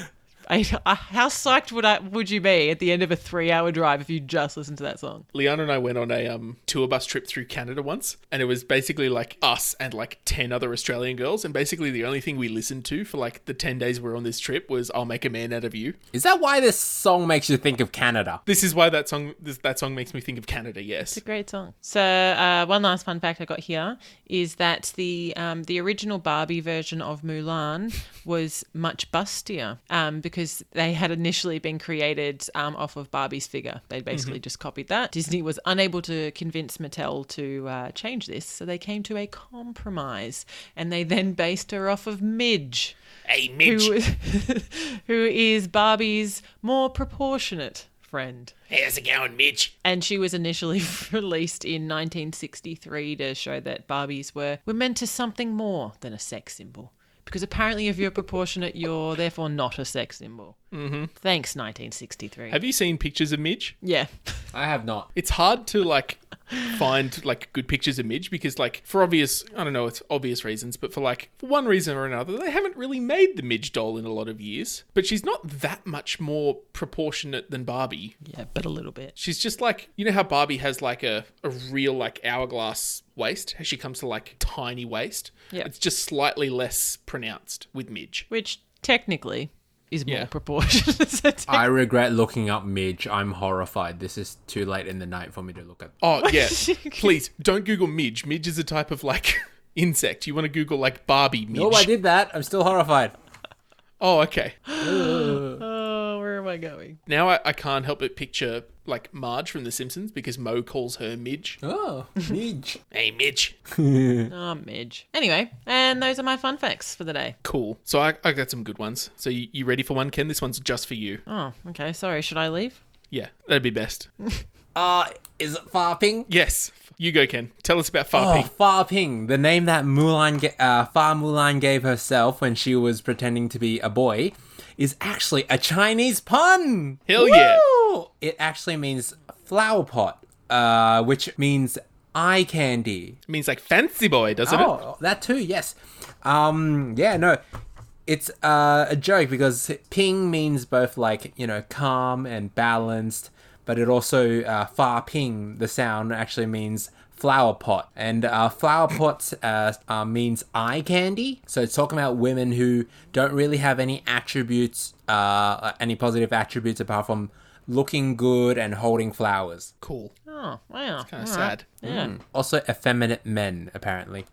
C: I, I, how psyched would I would you be at the end of a three hour drive if you just listened to that song?
B: Leon and I went on a um, tour bus trip through Canada once, and it was basically like us and like 10 other Australian girls. And basically, the only thing we listened to for like the 10 days we were on this trip was I'll Make a Man Out of You.
A: Is that why this song makes you think of Canada?
B: This is why that song this, that song makes me think of Canada, yes.
C: It's a great song. So uh, one last fun fact I got here is that the um, the original Barbie version of Mulan was much bustier um, because they had initially been created um, off of Barbie's figure. They basically just copied that. Disney was unable to convince Mattel to uh, change this, so they came to a compromise, and they then based her off of Midge,
B: Hey, Mitch.
C: who who is Barbie's more proportionate friend
B: hey, how's it going, Mitch?
C: and she was initially released in 1963 to show that Barbies were were meant to something more than a sex symbol. Because apparently, if you're proportionate, you're therefore not a sex symbol. Mm-hmm. Thanks, 1963.
B: Have you seen pictures of Midge?
C: yeah,
A: I have not.
B: It's hard to like find like good pictures of Midge because like for obvious I don't know it's obvious reasons but for like for one reason or another they haven't really made the Midge doll in a lot of years but she's not that much more proportionate than Barbie
C: Yeah, but a little bit.
B: she's just like you know how Barbie has like a, a real like hourglass waist how she comes to like tiny waist
C: Yeah.
B: it's just slightly less pronounced with Midge
C: Which technically is more
B: Yeah.
C: proportionate. So te-
A: I regret looking up Midge. I'm horrified. This is too late in the night for me to look at.
B: Oh yeah. Please don't Google midge. Midge is a type of like insect. You want to Google like Barbie midge?
A: No, Oh, I did that. I'm still horrified.
B: Oh okay.
C: oh, where am I going?
B: Now I, I can't help but picture like Marge from The Simpsons because Mo calls her Midge.
A: Oh, Midge.
B: Hey Midge.
C: Oh, Midge. Anyway, and those are my fun facts for the day.
B: Cool. So I, I got some good ones. So you, you ready for one, Ken? This one's just for you.
C: Oh, okay. Sorry. Should I leave?
B: Yeah, that'd be best.
A: Uh, is it Farping?
B: Yes. You go, Ken. Tell us about
A: Oh,
B: Farping.
A: Farping, the name that Mulan, ga- uh, Fa Mulan gave herself when she was pretending to be a boy, is actually a Chinese pun.
B: Hell yeah.
A: Woo! It actually means flower pot, uh, which means eye candy.
B: It means like fancy boy, doesn't it?
A: Oh, that too. Yes. Um. Yeah. No. It's uh, a joke because ping means both like you know calm and balanced, but it also uh, far ping the sound actually means flower pot, and uh, flower pot uh, uh, means eye candy. So it's talking about women who don't really have any attributes, uh, any positive attributes apart from looking good and holding flowers. Hmm.
B: Cool.
C: Oh, wow.
B: Kinda
C: All
B: sad.
C: right. Yeah.
A: Also, effeminate men apparently.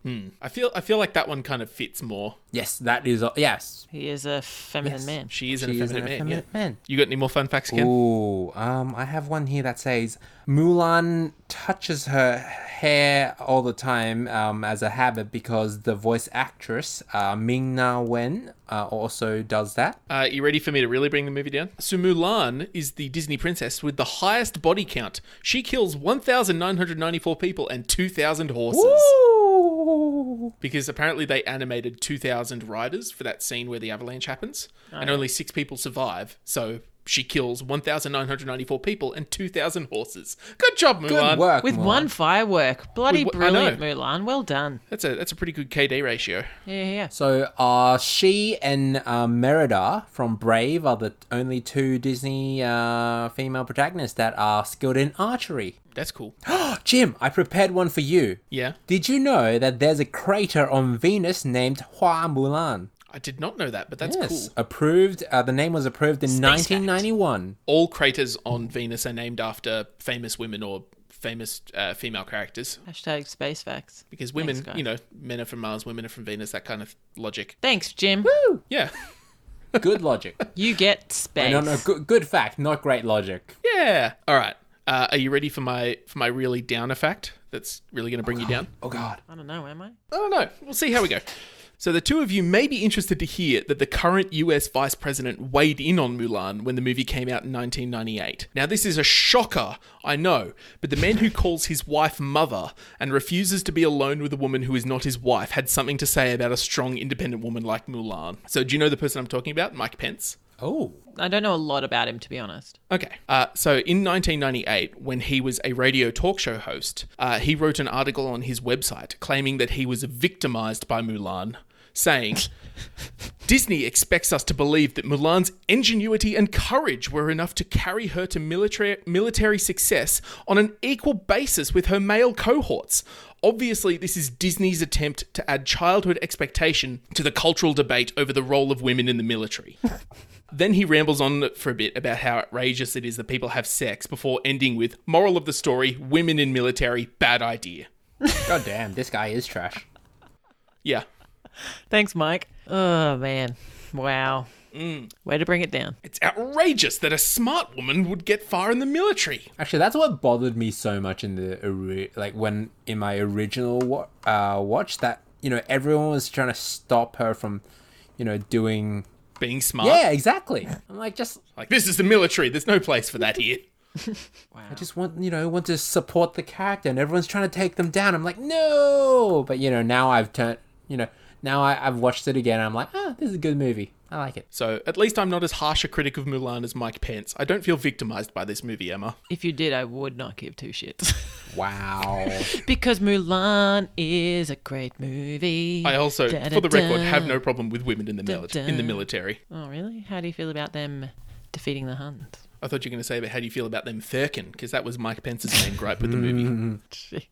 B: I feel I feel like that one kind of fits more.
A: Yes, that is uh, yes.
C: He is a feminine man.
B: She is an
A: She is an
B: effeminate man.
A: effeminate
B: yeah.
A: man.
B: You got any more fun facts, Ken?
A: Ooh, um, I have one here that says Mulan touches her hair all the time um, as a habit because the voice actress uh, Ming Na Wen uh, also does that.
B: Uh, you ready for me to really bring the movie down? So Mulan is the Disney princess with the highest body count. She kills 1,994 people and 2,000 horses.
A: Ooh.
B: Because apparently they animated 2,000 riders for that scene where the avalanche happens, and only six people survive. So she kills 1,994 people and 2,000 horses. Good job, Mulan.
A: Good work,
C: With
A: Mulan.
C: one firework. Bloody
B: With one- I know.
C: brilliant, Mulan. Well done.
B: That's a that's a pretty good KD ratio.
C: Yeah, yeah, yeah.
A: So, uh, she and uh, Merida from Brave are the only two Disney uh, female protagonists that are skilled in archery.
B: That's cool.
A: Jim, I prepared one for you.
B: Yeah,
A: Did you know that there's a crater on Venus named Hua Mulan?
B: I did not know that, but that's cool.
A: Approved. Uh, the name was approved in 1991.
B: all craters on Venus are named after famous women or famous uh, female characters
C: Hashtag space facts.
B: because women,
C: Thanks, guys.
B: you know, men are from Mars, women are from Venus, that kind of logic.
C: Thanks, Jim.
B: Yeah.
A: Good logic.
C: You get space.
A: no, no, good, good fact, not great logic.
B: Yeah. All right. Uh, are you ready for my for my really downer fact that's really going to bring you down?
A: Oh God.
C: I don't know, am I?
B: I don't know. We'll see how we go. So the two of you may be interested to hear that the current US vice president weighed in on Mulan when the movie came out in 1998. Now this is a shocker, I know, but the man who calls his wife mother and refuses to be alone with a woman who is not his wife had something to say about a strong independent woman like Mulan. So do you know the person I'm talking about? Mike Pence?
A: Oh.
C: I don't know a lot about him, to be honest.
B: Okay. Uh, so in 1998, when he was a radio talk show host, uh, he wrote an article on his website claiming that he was victimized by Mulan, saying, Disney expects us to believe that Mulan's ingenuity and courage were enough to carry her to military, military success on an equal basis with her male cohorts. Obviously, this is Disney's attempt to add childhood expectation to the cultural debate over the role of women in the military. Then he rambles on for a bit about how outrageous it is that people have sex before ending with moral of the story women in military, bad idea.
A: God damn, this guy is trash.
B: Yeah.
C: Thanks, Mike. Oh, man. Wow.
B: Mm.
C: Way to bring it down.
B: It's outrageous that a smart woman would get far in the military.
A: Actually, that's what bothered me so much in the ori- like when in my original wa- uh, watch that you know everyone was trying to stop her from, you know, doing.
B: Being smart.
A: Yeah, exactly. I'm like, just
B: Like, this is the military. There's no place for that here.
A: I just want you know want to support the character, and everyone's trying to take them down. I'm like, no, but you know now I've turned you know now I, I've watched it again. I'm like, ah, this is a good movie. I like it.
B: So at least I'm not as harsh a critic of Mulan as Mike Pence. I don't feel victimized by this movie, Emma.
C: If you did, I would not give two shits.
A: Wow.
C: because Mulan is a great movie.
B: I also,
C: Da, da,
B: for the record,
C: da.
B: have no problem with women in the, mili-
C: Da, da.
B: in the military.
C: Oh, really? How do you feel about them defeating the Huns?
B: I thought you were going to say about how do you feel about them Firkin, because that was Mike Pence's main gripe with the movie.
C: Jeez.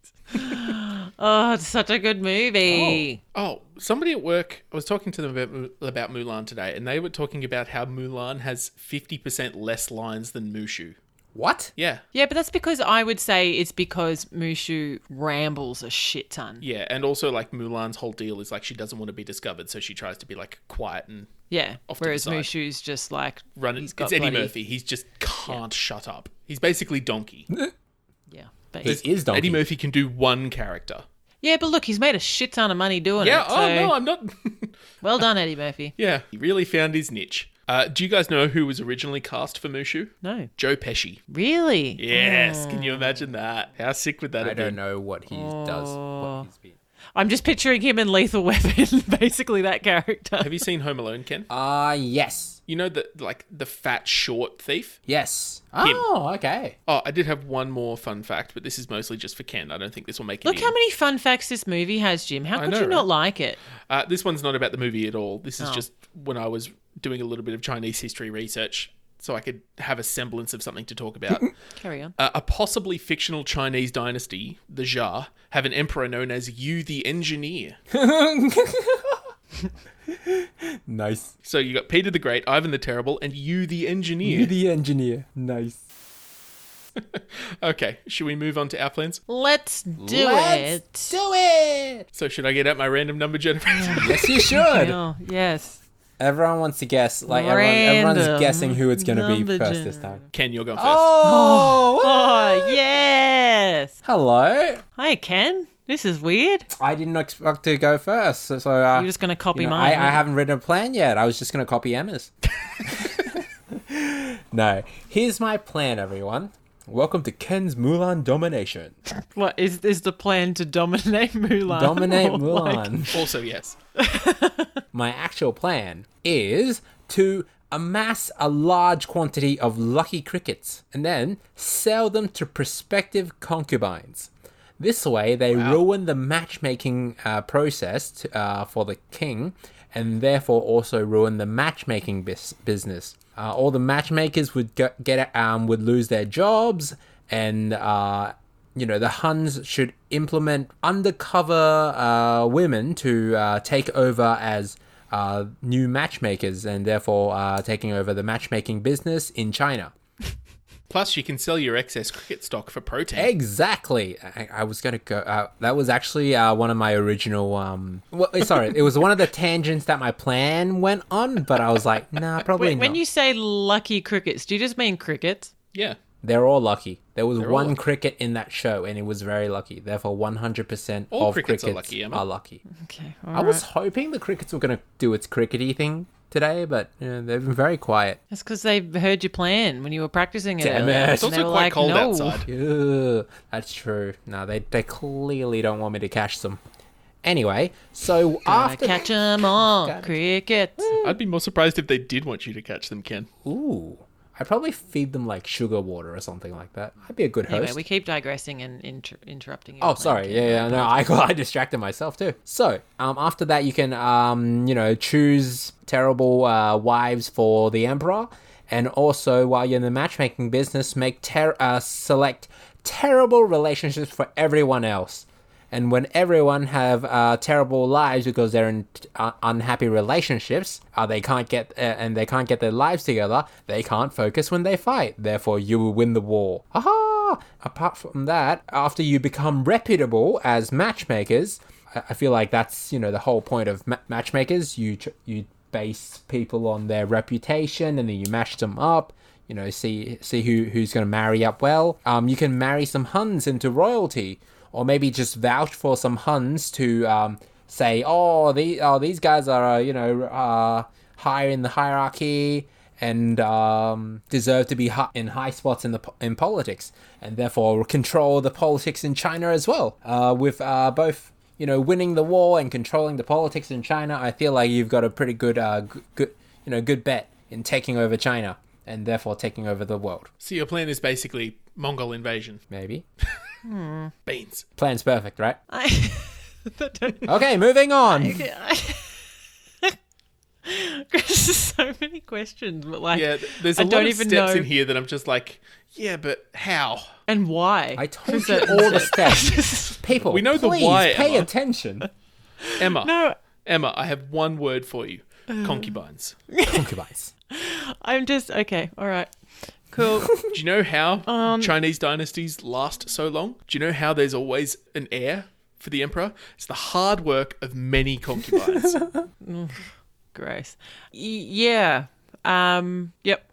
C: oh, it's such a good movie.
B: Oh, somebody at work, I was talking to them about, about Mulan today, and they were talking about how Mulan has 50% less lines than Mushu.
A: What?
B: Yeah,
C: Yeah, but that's because I would say it's because Mushu rambles a shit ton.
B: yeah. And also, like, Mulan's whole deal is like she doesn't want to be discovered, so she tries to be, like, quiet and
C: Yeah.
B: Off to the
C: Whereas
B: side.
C: Mushu's just like
B: run it.
C: He's
B: It's
C: got
B: Eddie
C: bloody-
B: Murphy. He's just can't shut up. He's basically Donkey.
C: Yeah. But
A: He
C: he's,
A: is donkey.
B: Eddie Murphy can do one character.
C: yeah, but look, he's made a shit ton of money doing
B: Yeah,
C: it.
B: oh
C: so-
B: no, I'm not.
C: well done, Eddie Murphy.
B: yeah, he really found his niche. Uh, do you guys know who was originally cast for Mushu?
C: No.
B: Joe Pesci.
C: Really?
B: Yes, can you imagine that? How sick would that
A: I
B: have
A: don't
B: been?
A: know what he does. What he's been.
C: I'm just picturing him in Lethal Weapon, basically that character.
B: Have you seen Home Alone, Ken?
A: Ah, yes.
B: You know the like the fat short thief.
A: Yes. Oh, okay.
B: Oh, I did have one more fun fact, but this is mostly just for Ken. I don't think this will make it.
C: Look
B: in.
C: how many fun facts this movie has, Jim. How could
B: know,
C: you
B: right?
C: not like it?
B: Uh, this one's not about the movie at all. This is
C: Oh.
B: just when I was doing a little bit of Chinese history research so I could have a semblance of something to talk about.
C: Carry on.
B: uh, a possibly fictional Chinese dynasty, the Zha, have an emperor known as Yu the Engineer.
A: Nice.
B: So you got Peter the Great, Ivan the Terrible, and Yu the Engineer.
A: the engineer. Nice.
B: Okay, should we move on to our plans?
C: Let's do
A: Let's
C: it.
A: do it.
B: So should I get out my random number generator?
A: Yes, you should.
C: Oh, yes.
A: everyone wants to guess. Like everyone,
C: Random
A: everyone's guessing who it's going to be
C: number
A: first this
C: generator.
A: time.
B: Ken, you're going first.
A: Oh.
C: Oh, yes.
A: Hello.
C: Hi, Ken. This is weird.
A: I didn't expect to go first, so so, uh,
C: You're just going to copy
A: you know,
C: mine.
A: I, I haven't written a plan yet. I was just going to copy Emma's. no, here's my plan, everyone. Welcome to Ken's Mulan domination.
C: What is is the plan to dominate Mulan?
A: Dominate
C: Or, like-
A: Mulan.
B: Also, yes.
A: My actual plan is to amass a large quantity of lucky crickets and then sell them to prospective concubines. This way, they ruin the matchmaking uh, process t uh, for the king and therefore also ruin the matchmaking bus- business. Uh, all the matchmakers would get, get um, would lose their jobs and uh, you know, the Huns should implement undercover uh, women to uh, take over as uh, new matchmakers and therefore uh, taking over the matchmaking business in China.
B: Plus, you can sell your excess cricket stock for protein.
A: Exactly. I, I was going to go. Uh, that was actually uh, one of my original. Um, well, sorry, it was one of the tangents that my plan went on, but I was like, nah, probably
C: Wait,
A: not.
C: when you say lucky crickets, do you just mean crickets?
B: Yeah.
A: They're all lucky. There was
B: all
A: one
B: lucky.
A: cricket in that show, and it was very lucky. Therefore, 100%
B: All
A: of
B: crickets
A: crickets,
B: are lucky, Emma.
A: are lucky.
C: Okay.
A: I was hoping the crickets were going to do its crickety thing today, but you know, they've been very quiet.
C: That's because they heard your plan when you were practicing it.
A: Damn
C: earlier,
A: it.
C: and
B: It's also
C: they
B: quite
C: were like,
B: cold
C: "No."
B: outside.
A: Ugh, that's true. No, they, they clearly don't want me to catch them. Anyway, so
C: Gonna
A: after.
C: catch 'em all,
A: Got it.
C: crickets.
B: I'd be more surprised if they did want you to catch them, Ken.
A: Ooh. I'd probably feed them like sugar water or something like that. I'd be a good host.
C: Anyway, we keep digressing and inter- interrupting. your
A: Oh,
C: plan,
A: sorry.
C: Ken.
A: Yeah, yeah. No, I, I distracted myself too. So, um, after that, you can, um, you know, choose terrible uh, wives for the emperor, and also while you're in the matchmaking business, make ter- uh, select terrible relationships for everyone else. And when everyone have uh, terrible lives because they're in t- uh, unhappy relationships, uh, they can't get uh, and they can't get their lives together. They can't focus when they fight. Therefore, you will win the war. Aha! Apart from that, after you become reputable as matchmakers, I, I feel like that's you know the whole point of ma- matchmakers. You tr- you base people on their reputation and then you mash them up you know see see who who's going to marry up well um you can marry some huns into royalty or maybe just vouch for some huns to um say oh these oh these guys are uh, you know uh higher in the hierarchy and um, deserve to be hi- in high spots in the po- in politics, and therefore control the politics in China as well. Uh, with uh, both you know winning the war and controlling the politics in China, I feel like you've got a pretty good uh, g- good you know, good bet in taking over China and therefore taking over the world.
B: So your plan is basically Mongol invasion.
A: Maybe.
B: Beans.
A: Plan's perfect, right?
C: I, I don't
A: Okay, moving on.
C: Chris, there's so many questions, but like,
B: Yeah, th- there's a
C: I
B: lot
C: don't
B: of
C: even
B: steps
C: know-
B: in here that I'm just like, yeah, but how?
C: and why?
A: I told you all the steps. People,
B: We know the
A: please
B: why,
A: pay
B: Emma.
A: attention.
B: Emma,
C: no,
B: Emma, I have one word for you. Concubines.
A: Concubines.
C: I'm just okay. All right, cool.
B: Do you know how Chinese dynasties last so long? Do you know how there's always an heir for the emperor? It's the hard work of many concubines.
C: Gross. Y- yeah. Um. Yep.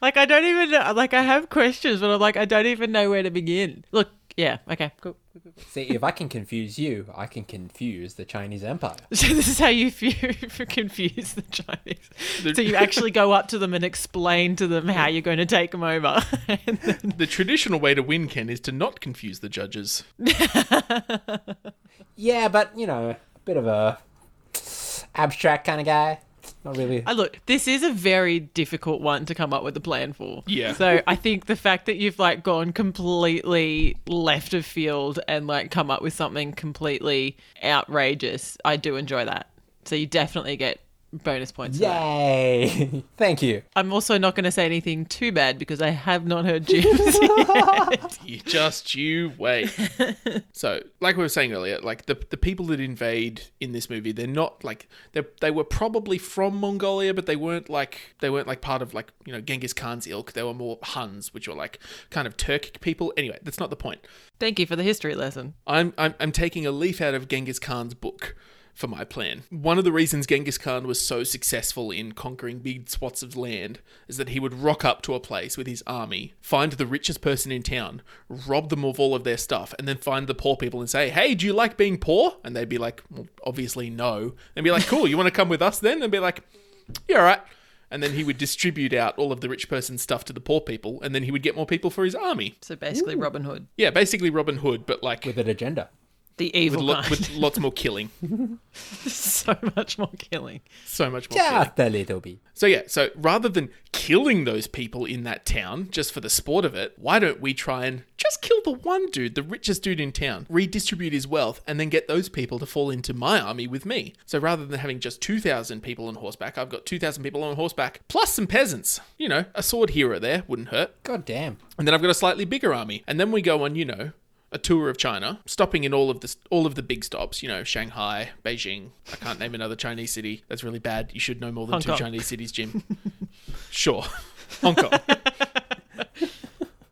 C: like I don't even know, like I have questions, but I'm like I don't even know where to begin. Look. Yeah. Okay. Cool.
A: See, if I can confuse you, I can confuse the Chinese Empire.
C: So this is how you fu- confuse the Chinese. So you actually go up to them and explain to them how you're going to take them over. And then-
B: the traditional way to win, Ken, is to not confuse the judges.
A: Yeah, but you know, a bit of a abstract kind of guy. Not really.
C: I Uh, look, this is a very difficult one to come up with a plan for.
B: Yeah.
C: So I think the fact that you've like gone completely left of field and like come up with something completely outrageous, I do enjoy that. So you definitely get bonus points. for that.
A: Yay! Thank you.
C: I'm also not going to say anything too bad because I have not heard Jim's yet.
B: You just you wait. so, like we were saying earlier, like the the people that invade in this movie, they're not like they they were probably from Mongolia, but they weren't like they weren't like part of like you know Genghis Khan's ilk. They were more Huns, which were like kind of Turkic people. Anyway, that's not the point.
C: Thank you for the history lesson.
B: I'm, I'm I'm taking a leaf out of Genghis Khan's book for my plan. One of the reasons Genghis Khan was so successful in conquering big swaths of land is that he would rock up to a place with his army, find the richest person in town, rob them of all of their stuff, and then find the poor people and say, "Hey, do you like being poor?" And they'd be like, well, "Obviously no." And be like, "Cool, you want to come with us then?" And be like, "Yeah, all right." And then he would distribute out all of the rich person's stuff to the poor people, and then he would get more people for his army.
C: So basically, Robin Hood,
B: Yeah, basically Robin Hood, but like
A: With an agenda.
C: the
B: with,
C: evil
B: lo-
C: kind.
B: with lots more killing.
C: so much more killing.
B: So much more killing.
A: Just a little bit.
B: So, yeah, so rather than killing those people in that town just for the sport of it, why don't we try and just kill the one dude, the richest dude in town, redistribute his wealth, and then get those people to fall into my army with me? So, rather than having just 2,000 people on horseback, I've got 2,000 people on horseback, plus some peasants. You know, a sword hero there wouldn't hurt.
A: God damn.
B: And then I've got a slightly bigger army. And then we go on, you know, a tour of China, stopping in all of the all of the big stops. You know, Shanghai, Beijing. I can't name another Chinese city. That's really bad. You should know more than
C: Hong
B: two
C: Kong.
B: Chinese cities, Jim. sure, Hong Kong.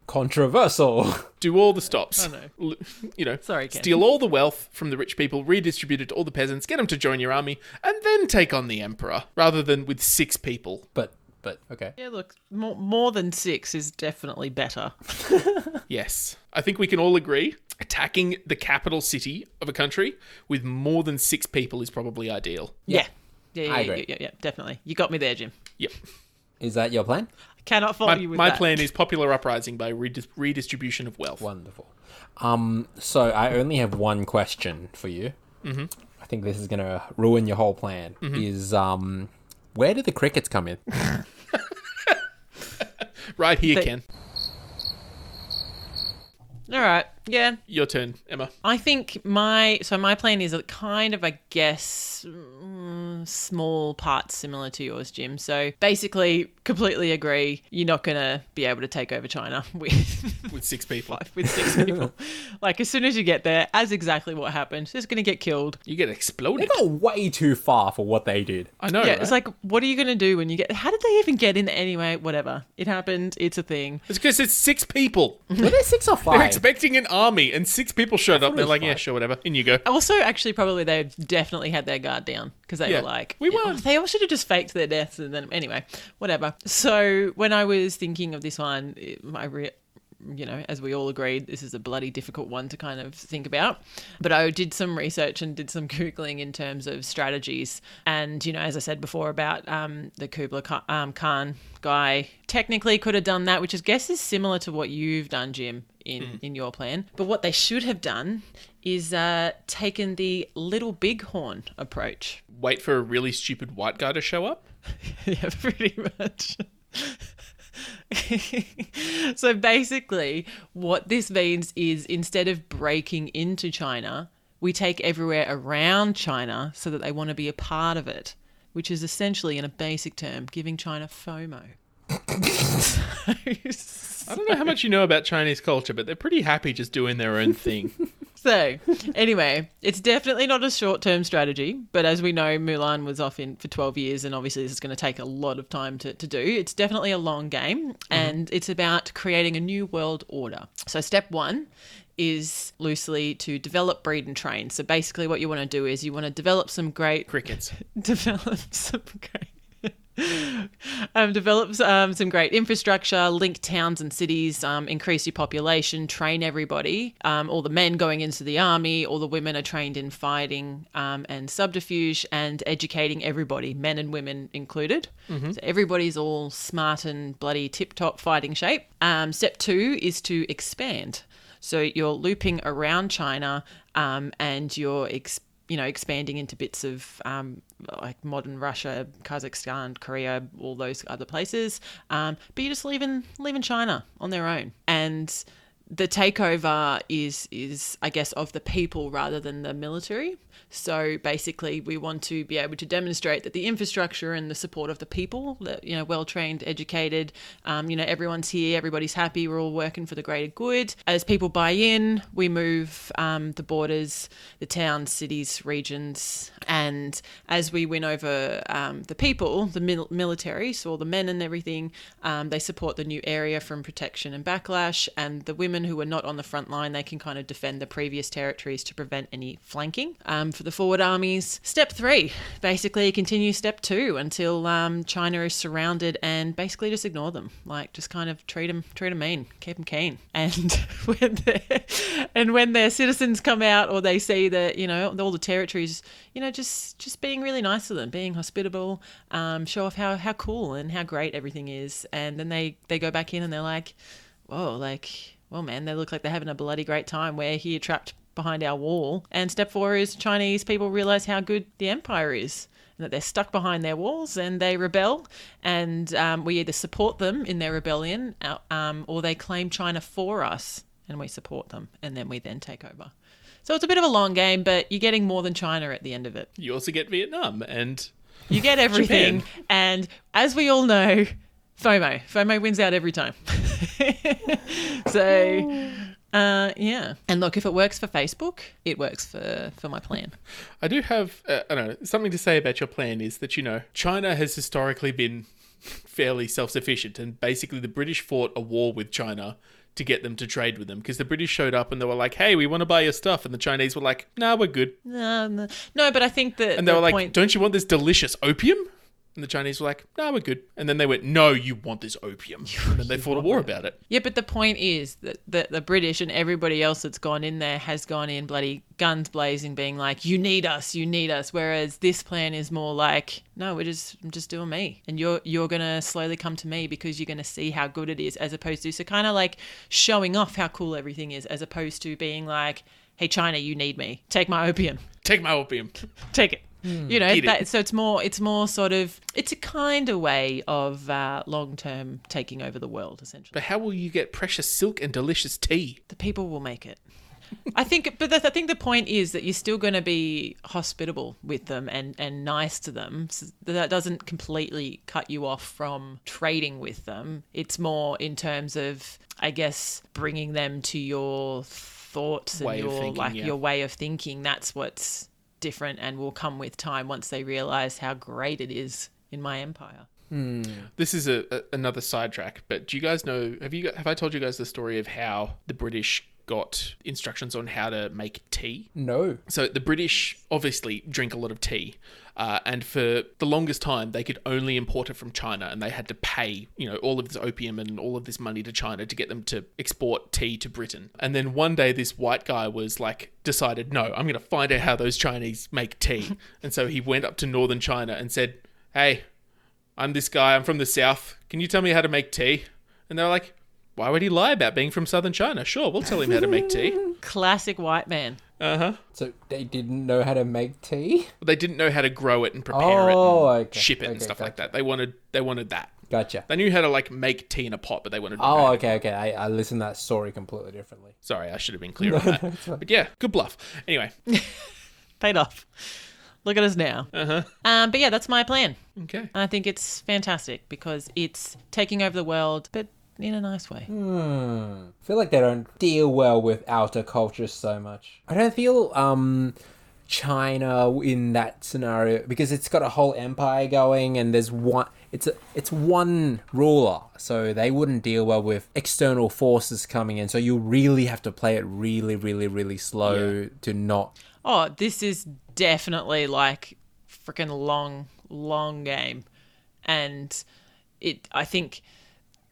A: Controversial.
B: Do all the stops.
C: I know.
B: L- You know,
C: Sorry, Ken.
B: steal all the wealth from the rich people, redistribute it to all the peasants, get them to join your army, and then take on the emperor, rather than with six people.
A: But but okay.
C: Yeah, look, more, more than six is definitely better.
B: Yes. I think we can all agree attacking the capital city of a country with more than six people is probably ideal.
C: Yeah. Yeah, yeah,
A: I
C: yeah,
A: agree.
C: yeah, yeah, definitely. You got me there, Jim.
B: Yep.
A: Is that your plan?
C: Cannot fault
B: My,
C: you with
B: my
C: that.
B: plan is popular uprising by redis- redistribution of wealth.
A: Wonderful. Um. So I only have one question for you. Mm-hmm. I think this is gonna ruin your whole plan.
B: Mm-hmm.
A: Is um, where do the crickets come in?
B: Right here,
C: But-
B: Ken.
C: All right. Yeah.
B: Your turn, Emma.
C: I think my so my plan is a kind of I guess mm, small part similar to yours, Jim. So basically, completely agree. You're not gonna be able to take over China with
B: With six people.
C: with six people. like as soon as you get there, as exactly what happened, just gonna get killed.
B: You get
A: They
B: exploded.
A: got way too far for what they did.
B: I know.
C: yeah,
B: right?
C: it's like what are you gonna do when you get? How did they even get in there anyway? Whatever, it happened. It's a thing.
B: It's because it's six people. They're
A: Were there six or five?
B: expecting an army, and six people showed up.
A: it
B: They're
A: was
B: like, yeah,
A: five.
B: sure, whatever. In you go.
C: Also, actually, probably they definitely had their guard down because they
B: Yeah.
C: were like,
B: We
C: yeah,
B: won.
C: They all should have just faked their deaths and then, anyway, whatever. So when I was thinking of this one, it- I re- you know, as we all agreed, this is a bloody difficult one to kind of think about. But I did some research and did some Googling in terms of strategies. And, you know, as I said before about um, the Kubla Khan, um, Khan guy, technically could have done that, which I guess is similar to what you've done, Jim, in, in your plan. But what they should have done is uh, taken the little bighorn approach.
B: Wait for a really stupid white guy to show up.
C: yeah, pretty much. so basically, what this means is instead of breaking into China, we take everywhere around China so that they want to be a part of it, which is essentially, in a basic term, giving China FOMO.
B: I don't know how much you know about Chinese culture, but they're pretty happy just doing their own thing.
C: So, anyway, it's definitely not a short term strategy, but as we know, Mulan was off in for 12 years, and obviously, this is going to take a lot of time to, to do. It's definitely a long game, and it's about creating a new world order. So, step one is loosely to develop, breed, and train. So, basically, what you want to do is you want to develop some great
B: Crickets.
C: develop some great um, develop um, some great infrastructure, link towns and cities, um, increase your population, train everybody. Um, all the men going into the army, all the women are trained in fighting um, and subterfuge, and educating everybody, men and women included. So everybody's all smart and bloody tip top fighting shape. Um, step two is to expand. So you're looping around China um, and you're ex- you know expanding into bits of um, like modern Russia, Kazakhstan, Korea, all those other places. Um, but you're just leaving leaving China on their own and. The takeover is is I guess of the people rather than the military. So basically, we want to be able to demonstrate that the infrastructure and the support of the people, that you know, well trained, educated, um, you know, everyone's here, everybody's happy, we're all working for the greater good. As people buy in, we move um, the borders, the towns, cities, regions, and as we win over um, the people, the mil- military, so all the men and everything, um, they support the new area from protection and backlash, and the women who are not on the front line, they can kind of defend the previous territories to prevent any flanking um, for the forward armies. Step three, basically continue step two until um, China is surrounded and basically just ignore them. Like just kind of treat them, treat them mean, keep them keen. And when their and when their citizens come out or they see that you know all the territories, you know just just being really nice to them, being hospitable, um, show off how how cool and how great everything is. And then they they go back in and they're like whoa, like, well, man, they look like they're having a bloody great time. We're here trapped behind our wall. And step four is Chinese people realize how good the empire is and that they're stuck behind their walls and they rebel. And um, we either support them in their rebellion uh, um, or they claim China for us and we support them. And then we then take over. So it's a bit of a long game, but you're getting more than China at the end of it.
B: You also get Vietnam, and
C: You get everything. And as we all know, FOMO. FOMO wins out every time. so, uh, yeah. And look, if it works for Facebook, it works for, for my plan.
B: I do have uh, I don't know something to say about your plan is that you know China has historically been fairly self-sufficient and basically the British fought a war with China to get them to trade with them because the British showed up and they were like hey we want to buy your stuff and the Chinese were like nah we're good
C: No, no, no, but I think that
B: and they
C: the
B: were like
C: point,
B: don't you want this delicious opium and the Chinese were like nah we're good and then they went no you want this opium and then they fought a war about it
C: yeah, but the point is that the, the British and everybody else that's gone in there has gone in bloody guns blazing, being like, "You need us, you need us." Whereas this plan is more like, "No, we're just I'm just doing me, and you're you're gonna slowly come to me because you're gonna see how good it is." As opposed to so kind of like showing off how cool everything is, as opposed to being like, "Hey, China, you need me. Take my opium."
B: take my opium
C: take it. You know,
B: Hmm. Eat it.
C: that, so it's more, it's more sort of, it's a kind of way of uh, long term taking over the world, essentially.
B: but how will you get precious silk and delicious tea
C: The people will make it. I think, but the, I think the point is that you're still going to be hospitable with them and and nice to them. So that doesn't completely cut you off from trading with them. It's more in terms of, I guess, bringing them to your thoughts and
B: Way of
C: your
B: thinking,
C: like
B: yeah.
C: your way of thinking. That's what's different and will come with time once they realize how great it is in my empire.
B: This is a, a another sidetrack, but do you guys know? Have you have I told you guys the story of how the British got instructions on how to make tea.
A: No.
B: So the British obviously drink a lot of tea, uh, and for the longest time they could only import it from China, and they had to pay you know all of this opium and all of this money to China to get them to export tea to Britain. And then one day this white guy was like decided, no, I'm going to find out how those Chinese make tea, and so he went up to northern China and said, hey, I'm this guy, I'm from the south. Can you tell me how to make tea? And they're like. Why would he lie about being from southern China? Sure, we'll tell him how to make tea.
C: Classic white man.
A: So they didn't know how to make tea?
B: But they didn't know how to grow it and prepare
A: Oh,
B: it and
A: okay.
B: ship it and
A: Okay,
B: stuff like that. They wanted they wanted that.
A: Gotcha.
B: They knew how to like make tea in a pot, but they wanted to
A: Oh,
B: know-
A: okay, okay. I, I listened to that story completely differently.
B: Sorry, I should have been clear on that. But yeah, good bluff. Anyway,
C: Paid off. Look at us now.
B: Uh-huh.
C: Um, but yeah, that's my plan.
B: okay.
C: I think it's fantastic because it's taking over the world, but in a nice way.
A: I feel like they don't deal well with outer cultures so much. I don't feel um China in that scenario because it's got a whole empire going and there's one it's a, it's one ruler so they wouldn't deal well with external forces coming in so you really have to play it really really really slow to not
C: Oh, this is definitely like freaking long, long game, and it. I think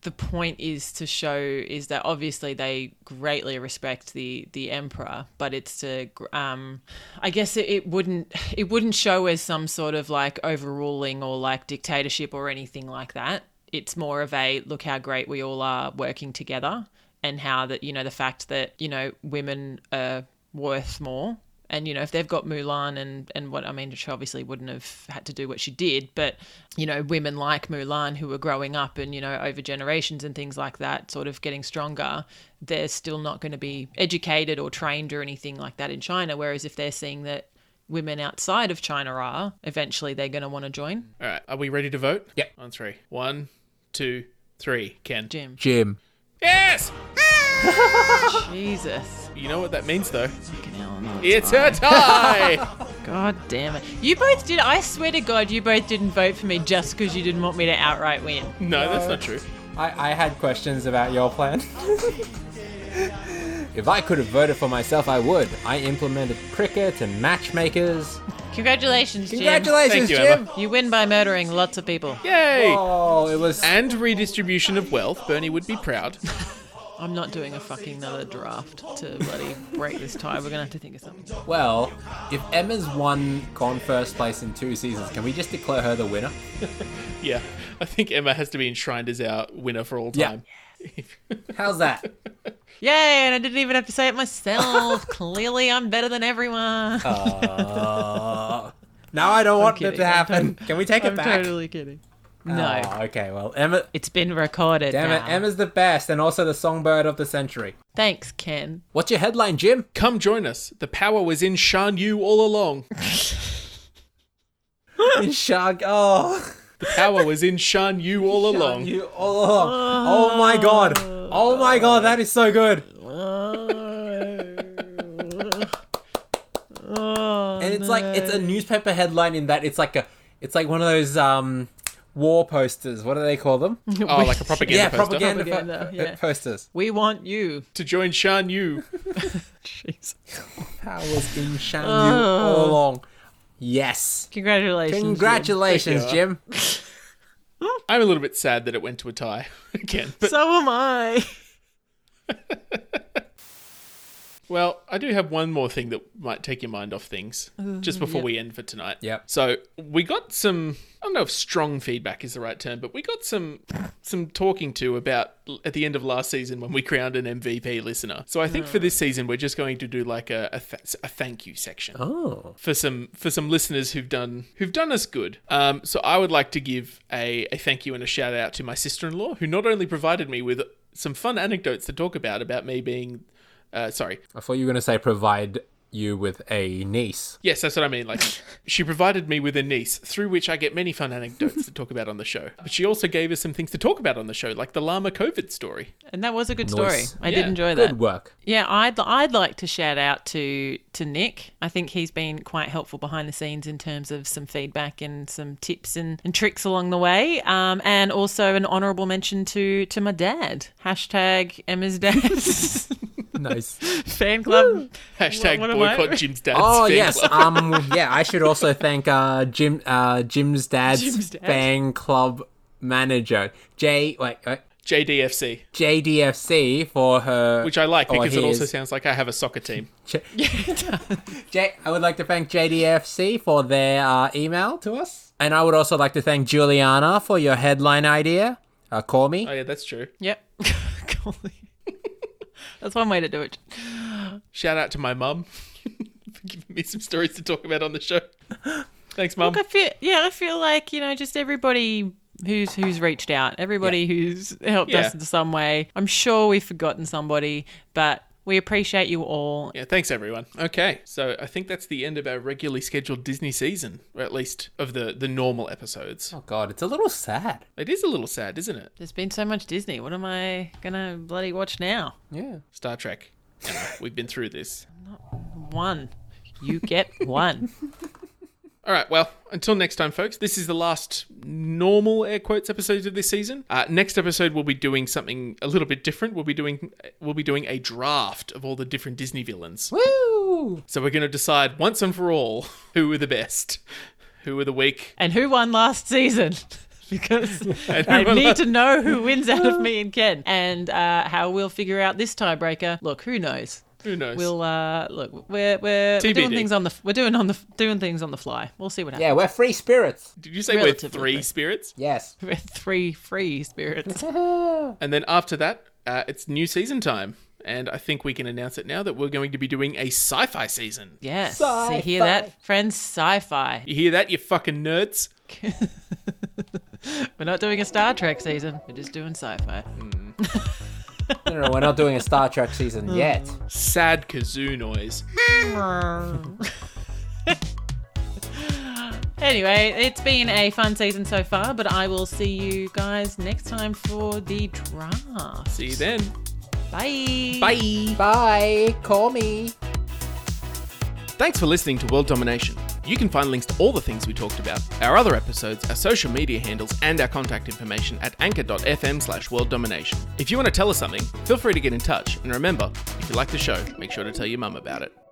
C: the point is to show is that obviously they greatly respect the the emperor, but it's to. gr- Um, I guess it, it wouldn't it wouldn't show as some sort of like overruling or like dictatorship or anything like that. It's more of a look how great we all are working together and how that you know the fact that you know women are worth more and you know if they've got Mulan and and what I mean she obviously wouldn't have had to do what she did but you know women like Mulan who were growing up and you know over generations and things like that sort of getting stronger they're still not going to be educated or trained or anything like that in China whereas if they're seeing that women outside of China are eventually they're going to want to join
B: All right. Are we ready to vote?
A: Yep.
B: On three. One, two, three. Ken.
C: Jim
A: Jim
B: Yes!
C: Jesus
B: You know what that means though?
C: fucking hell no.
B: It's a tie!
C: God damn it. You both did. I swear to God, you both didn't vote for me just because you didn't want me to outright win.
B: no, that's not true.
A: I, I had questions about your plan. if I could have voted for myself, I would. I implemented cricket and matchmakers.
C: Congratulations, Jim.
A: Congratulations,
B: Thank you,
A: Jim!
B: Emma.
C: You win by murdering lots of people.
B: Yay!
A: Oh, it was.
B: And redistribution of wealth. Bernie would be proud.
C: I'm not doing a fucking another draft to bloody break this tie. We're going to have to think of something.
A: Well, if Emma's won, gone first place in two seasons, can we just declare her the winner?
B: Yeah. I think Emma has to be enshrined as our winner for all
A: Yeah.
B: time.
A: How's that?
C: Yay, and I didn't even have to say it myself. Clearly, I'm better than everyone.
A: Now I don't want
C: kidding.
A: it to happen.
C: I'm
A: Can we take
C: I'm
A: it back?
C: totally kidding. No.
A: Oh, okay, well, Emma.
C: It's been recorded.
A: Damn it,
C: now.
A: Emma's the best and also the songbird of the century.
C: Thanks, Ken.
A: What's your headline, Jim?
B: Come join us. The power was in Shan Yu all along.
A: In Shark. Oh.
B: power was in Shan Yu all along.
A: You, oh, oh my god. Oh my god, that is so good.
C: Oh,
A: And it's like it's a newspaper headline in that it's like a it's like one of those um war posters. What do they call them?
B: Oh, like a propaganda
A: yeah,
B: poster.
A: propaganda, po-
C: Propaganda, yeah.
A: posters.
C: we want you.
B: To join Shan Yu.
C: Jeez.
A: Powers in Shan Yu all along. Yes.
C: Congratulations. Jim.
A: Congratulations, Jim.
B: I'm a little bit sad that it went to a tie again. But,
C: So am I.
B: well, I do have one more thing that might take your mind off things just before we end for tonight.
A: Yep.
B: So we got some. I don't know if strong feedback is the right term, but we got some some talking to about l- at the end of last season when we crowned an MVP listener. So I think for this season we're just going to do like a a, th- a thank you section.
A: Oh.
B: for some for some listeners who've done who've done us good. Um, so I would like to give a, a thank you and a shout out to my sister in law, who not only provided me with some fun anecdotes to talk about about me being, uh, sorry,
A: I thought you were gonna say provide you with a niece.
B: yes, that's what I mean. Like she provided me with a niece through which I get many fun anecdotes to talk about on the show. But she also gave us some things to talk about on the show, like the llama COVID story.
C: And that was a good
A: Nice.
C: story. I
B: Yeah.
C: did enjoy that.
A: Good work.
C: Yeah, I'd I'd like to shout out to to Nick. I think he's been quite helpful behind the scenes in terms of some feedback and some tips and, and tricks along the way. Um, and also an honourable mention to to my dad. Hashtag Emma's dad.
A: nice.
C: Fan club.
B: Hashtag
C: What- what am I-
B: boycott Jim's dad's
A: Oh
B: fan
A: yes,
B: club.
A: um, yeah. I should also thank uh, Jim, uh, Jim's dad's
C: Jim's dad.
A: fan club manager, J, wait, wait,
B: JDFC,
A: JDFC, for her.
B: which I like
A: or
B: because it also
A: his.
B: sounds like I have a soccer team.
A: J-
C: it does.
A: J- I would like to thank JDFC for their uh, email to us, and I would also like to thank Juliana for your headline idea. Uh, call me.
B: Oh yeah, that's true.
C: Yep. Golly. That's one way to do it.
B: Shout out to my mum for giving me some stories to talk about on the show. Thanks, mum.
C: Look, I feel yeah, I feel like you know, just everybody who's who's reached out, everybody who's helped
B: Yeah.
C: us in some way. I'm sure we've forgotten somebody, but we appreciate you all.
B: Yeah, thanks everyone. Okay, so I think that's the end of our regularly scheduled Disney season, or at least of the the normal episodes.
A: Oh God, it's a little sad.
B: It is a little sad, isn't it?
C: There's been so much Disney. What am I gonna bloody watch now?
A: Yeah.
B: Star Trek. Anyway, We've been through this.
C: One. You get one.
B: All right, well, until next time, folks, this is the last normal air quotes episode of this season. Uh, next episode, we'll be doing something a little bit different. We'll be doing we'll be doing a draft of all the different Disney villains.
A: Woo!
B: So we're going to decide once and for all who were the best, who were the weak.
C: and who won last season? Because
B: And
C: I
B: who were
C: need
B: the-
C: to know who wins out of me and Ken, and uh, how we'll figure out this tiebreaker. Look, who knows?
B: Who knows?
C: We'll uh, look. We're we're, we're doing
B: TBD.
C: things on the we're doing on the doing things on the fly. We'll see what happens.
A: Yeah, we're free spirits.
B: Did you say we're
C: Relatively
B: three
C: free.
B: spirits?
A: Yes.
C: We're three free spirits.
B: And then after that, uh, it's new season time. And I think we can announce it now that we're going to be doing a sci fi season.
C: Yes,
A: Sci-fi.
C: you hear that, friends? Sci-fi.
B: You hear that, you fucking nerds?
C: We're not doing a Star Trek season. We're just doing sci-fi.
A: no, no, we're not doing a Star Trek season yet.
B: Sad kazoo noise.
C: Um. Anyway, it's been a fun season so far, but I will see you guys next time for the draft.
B: See you then.
C: Bye.
B: Bye.
A: Bye. Call me.
B: Thanks for listening to World Domination. You can find links to all the things we talked about, our other episodes, our social media handles, and our contact information at anchor.fm slash world domination. If you want to tell us something, feel free to get in touch, and remember, if you like the show, make sure to tell your mum about it.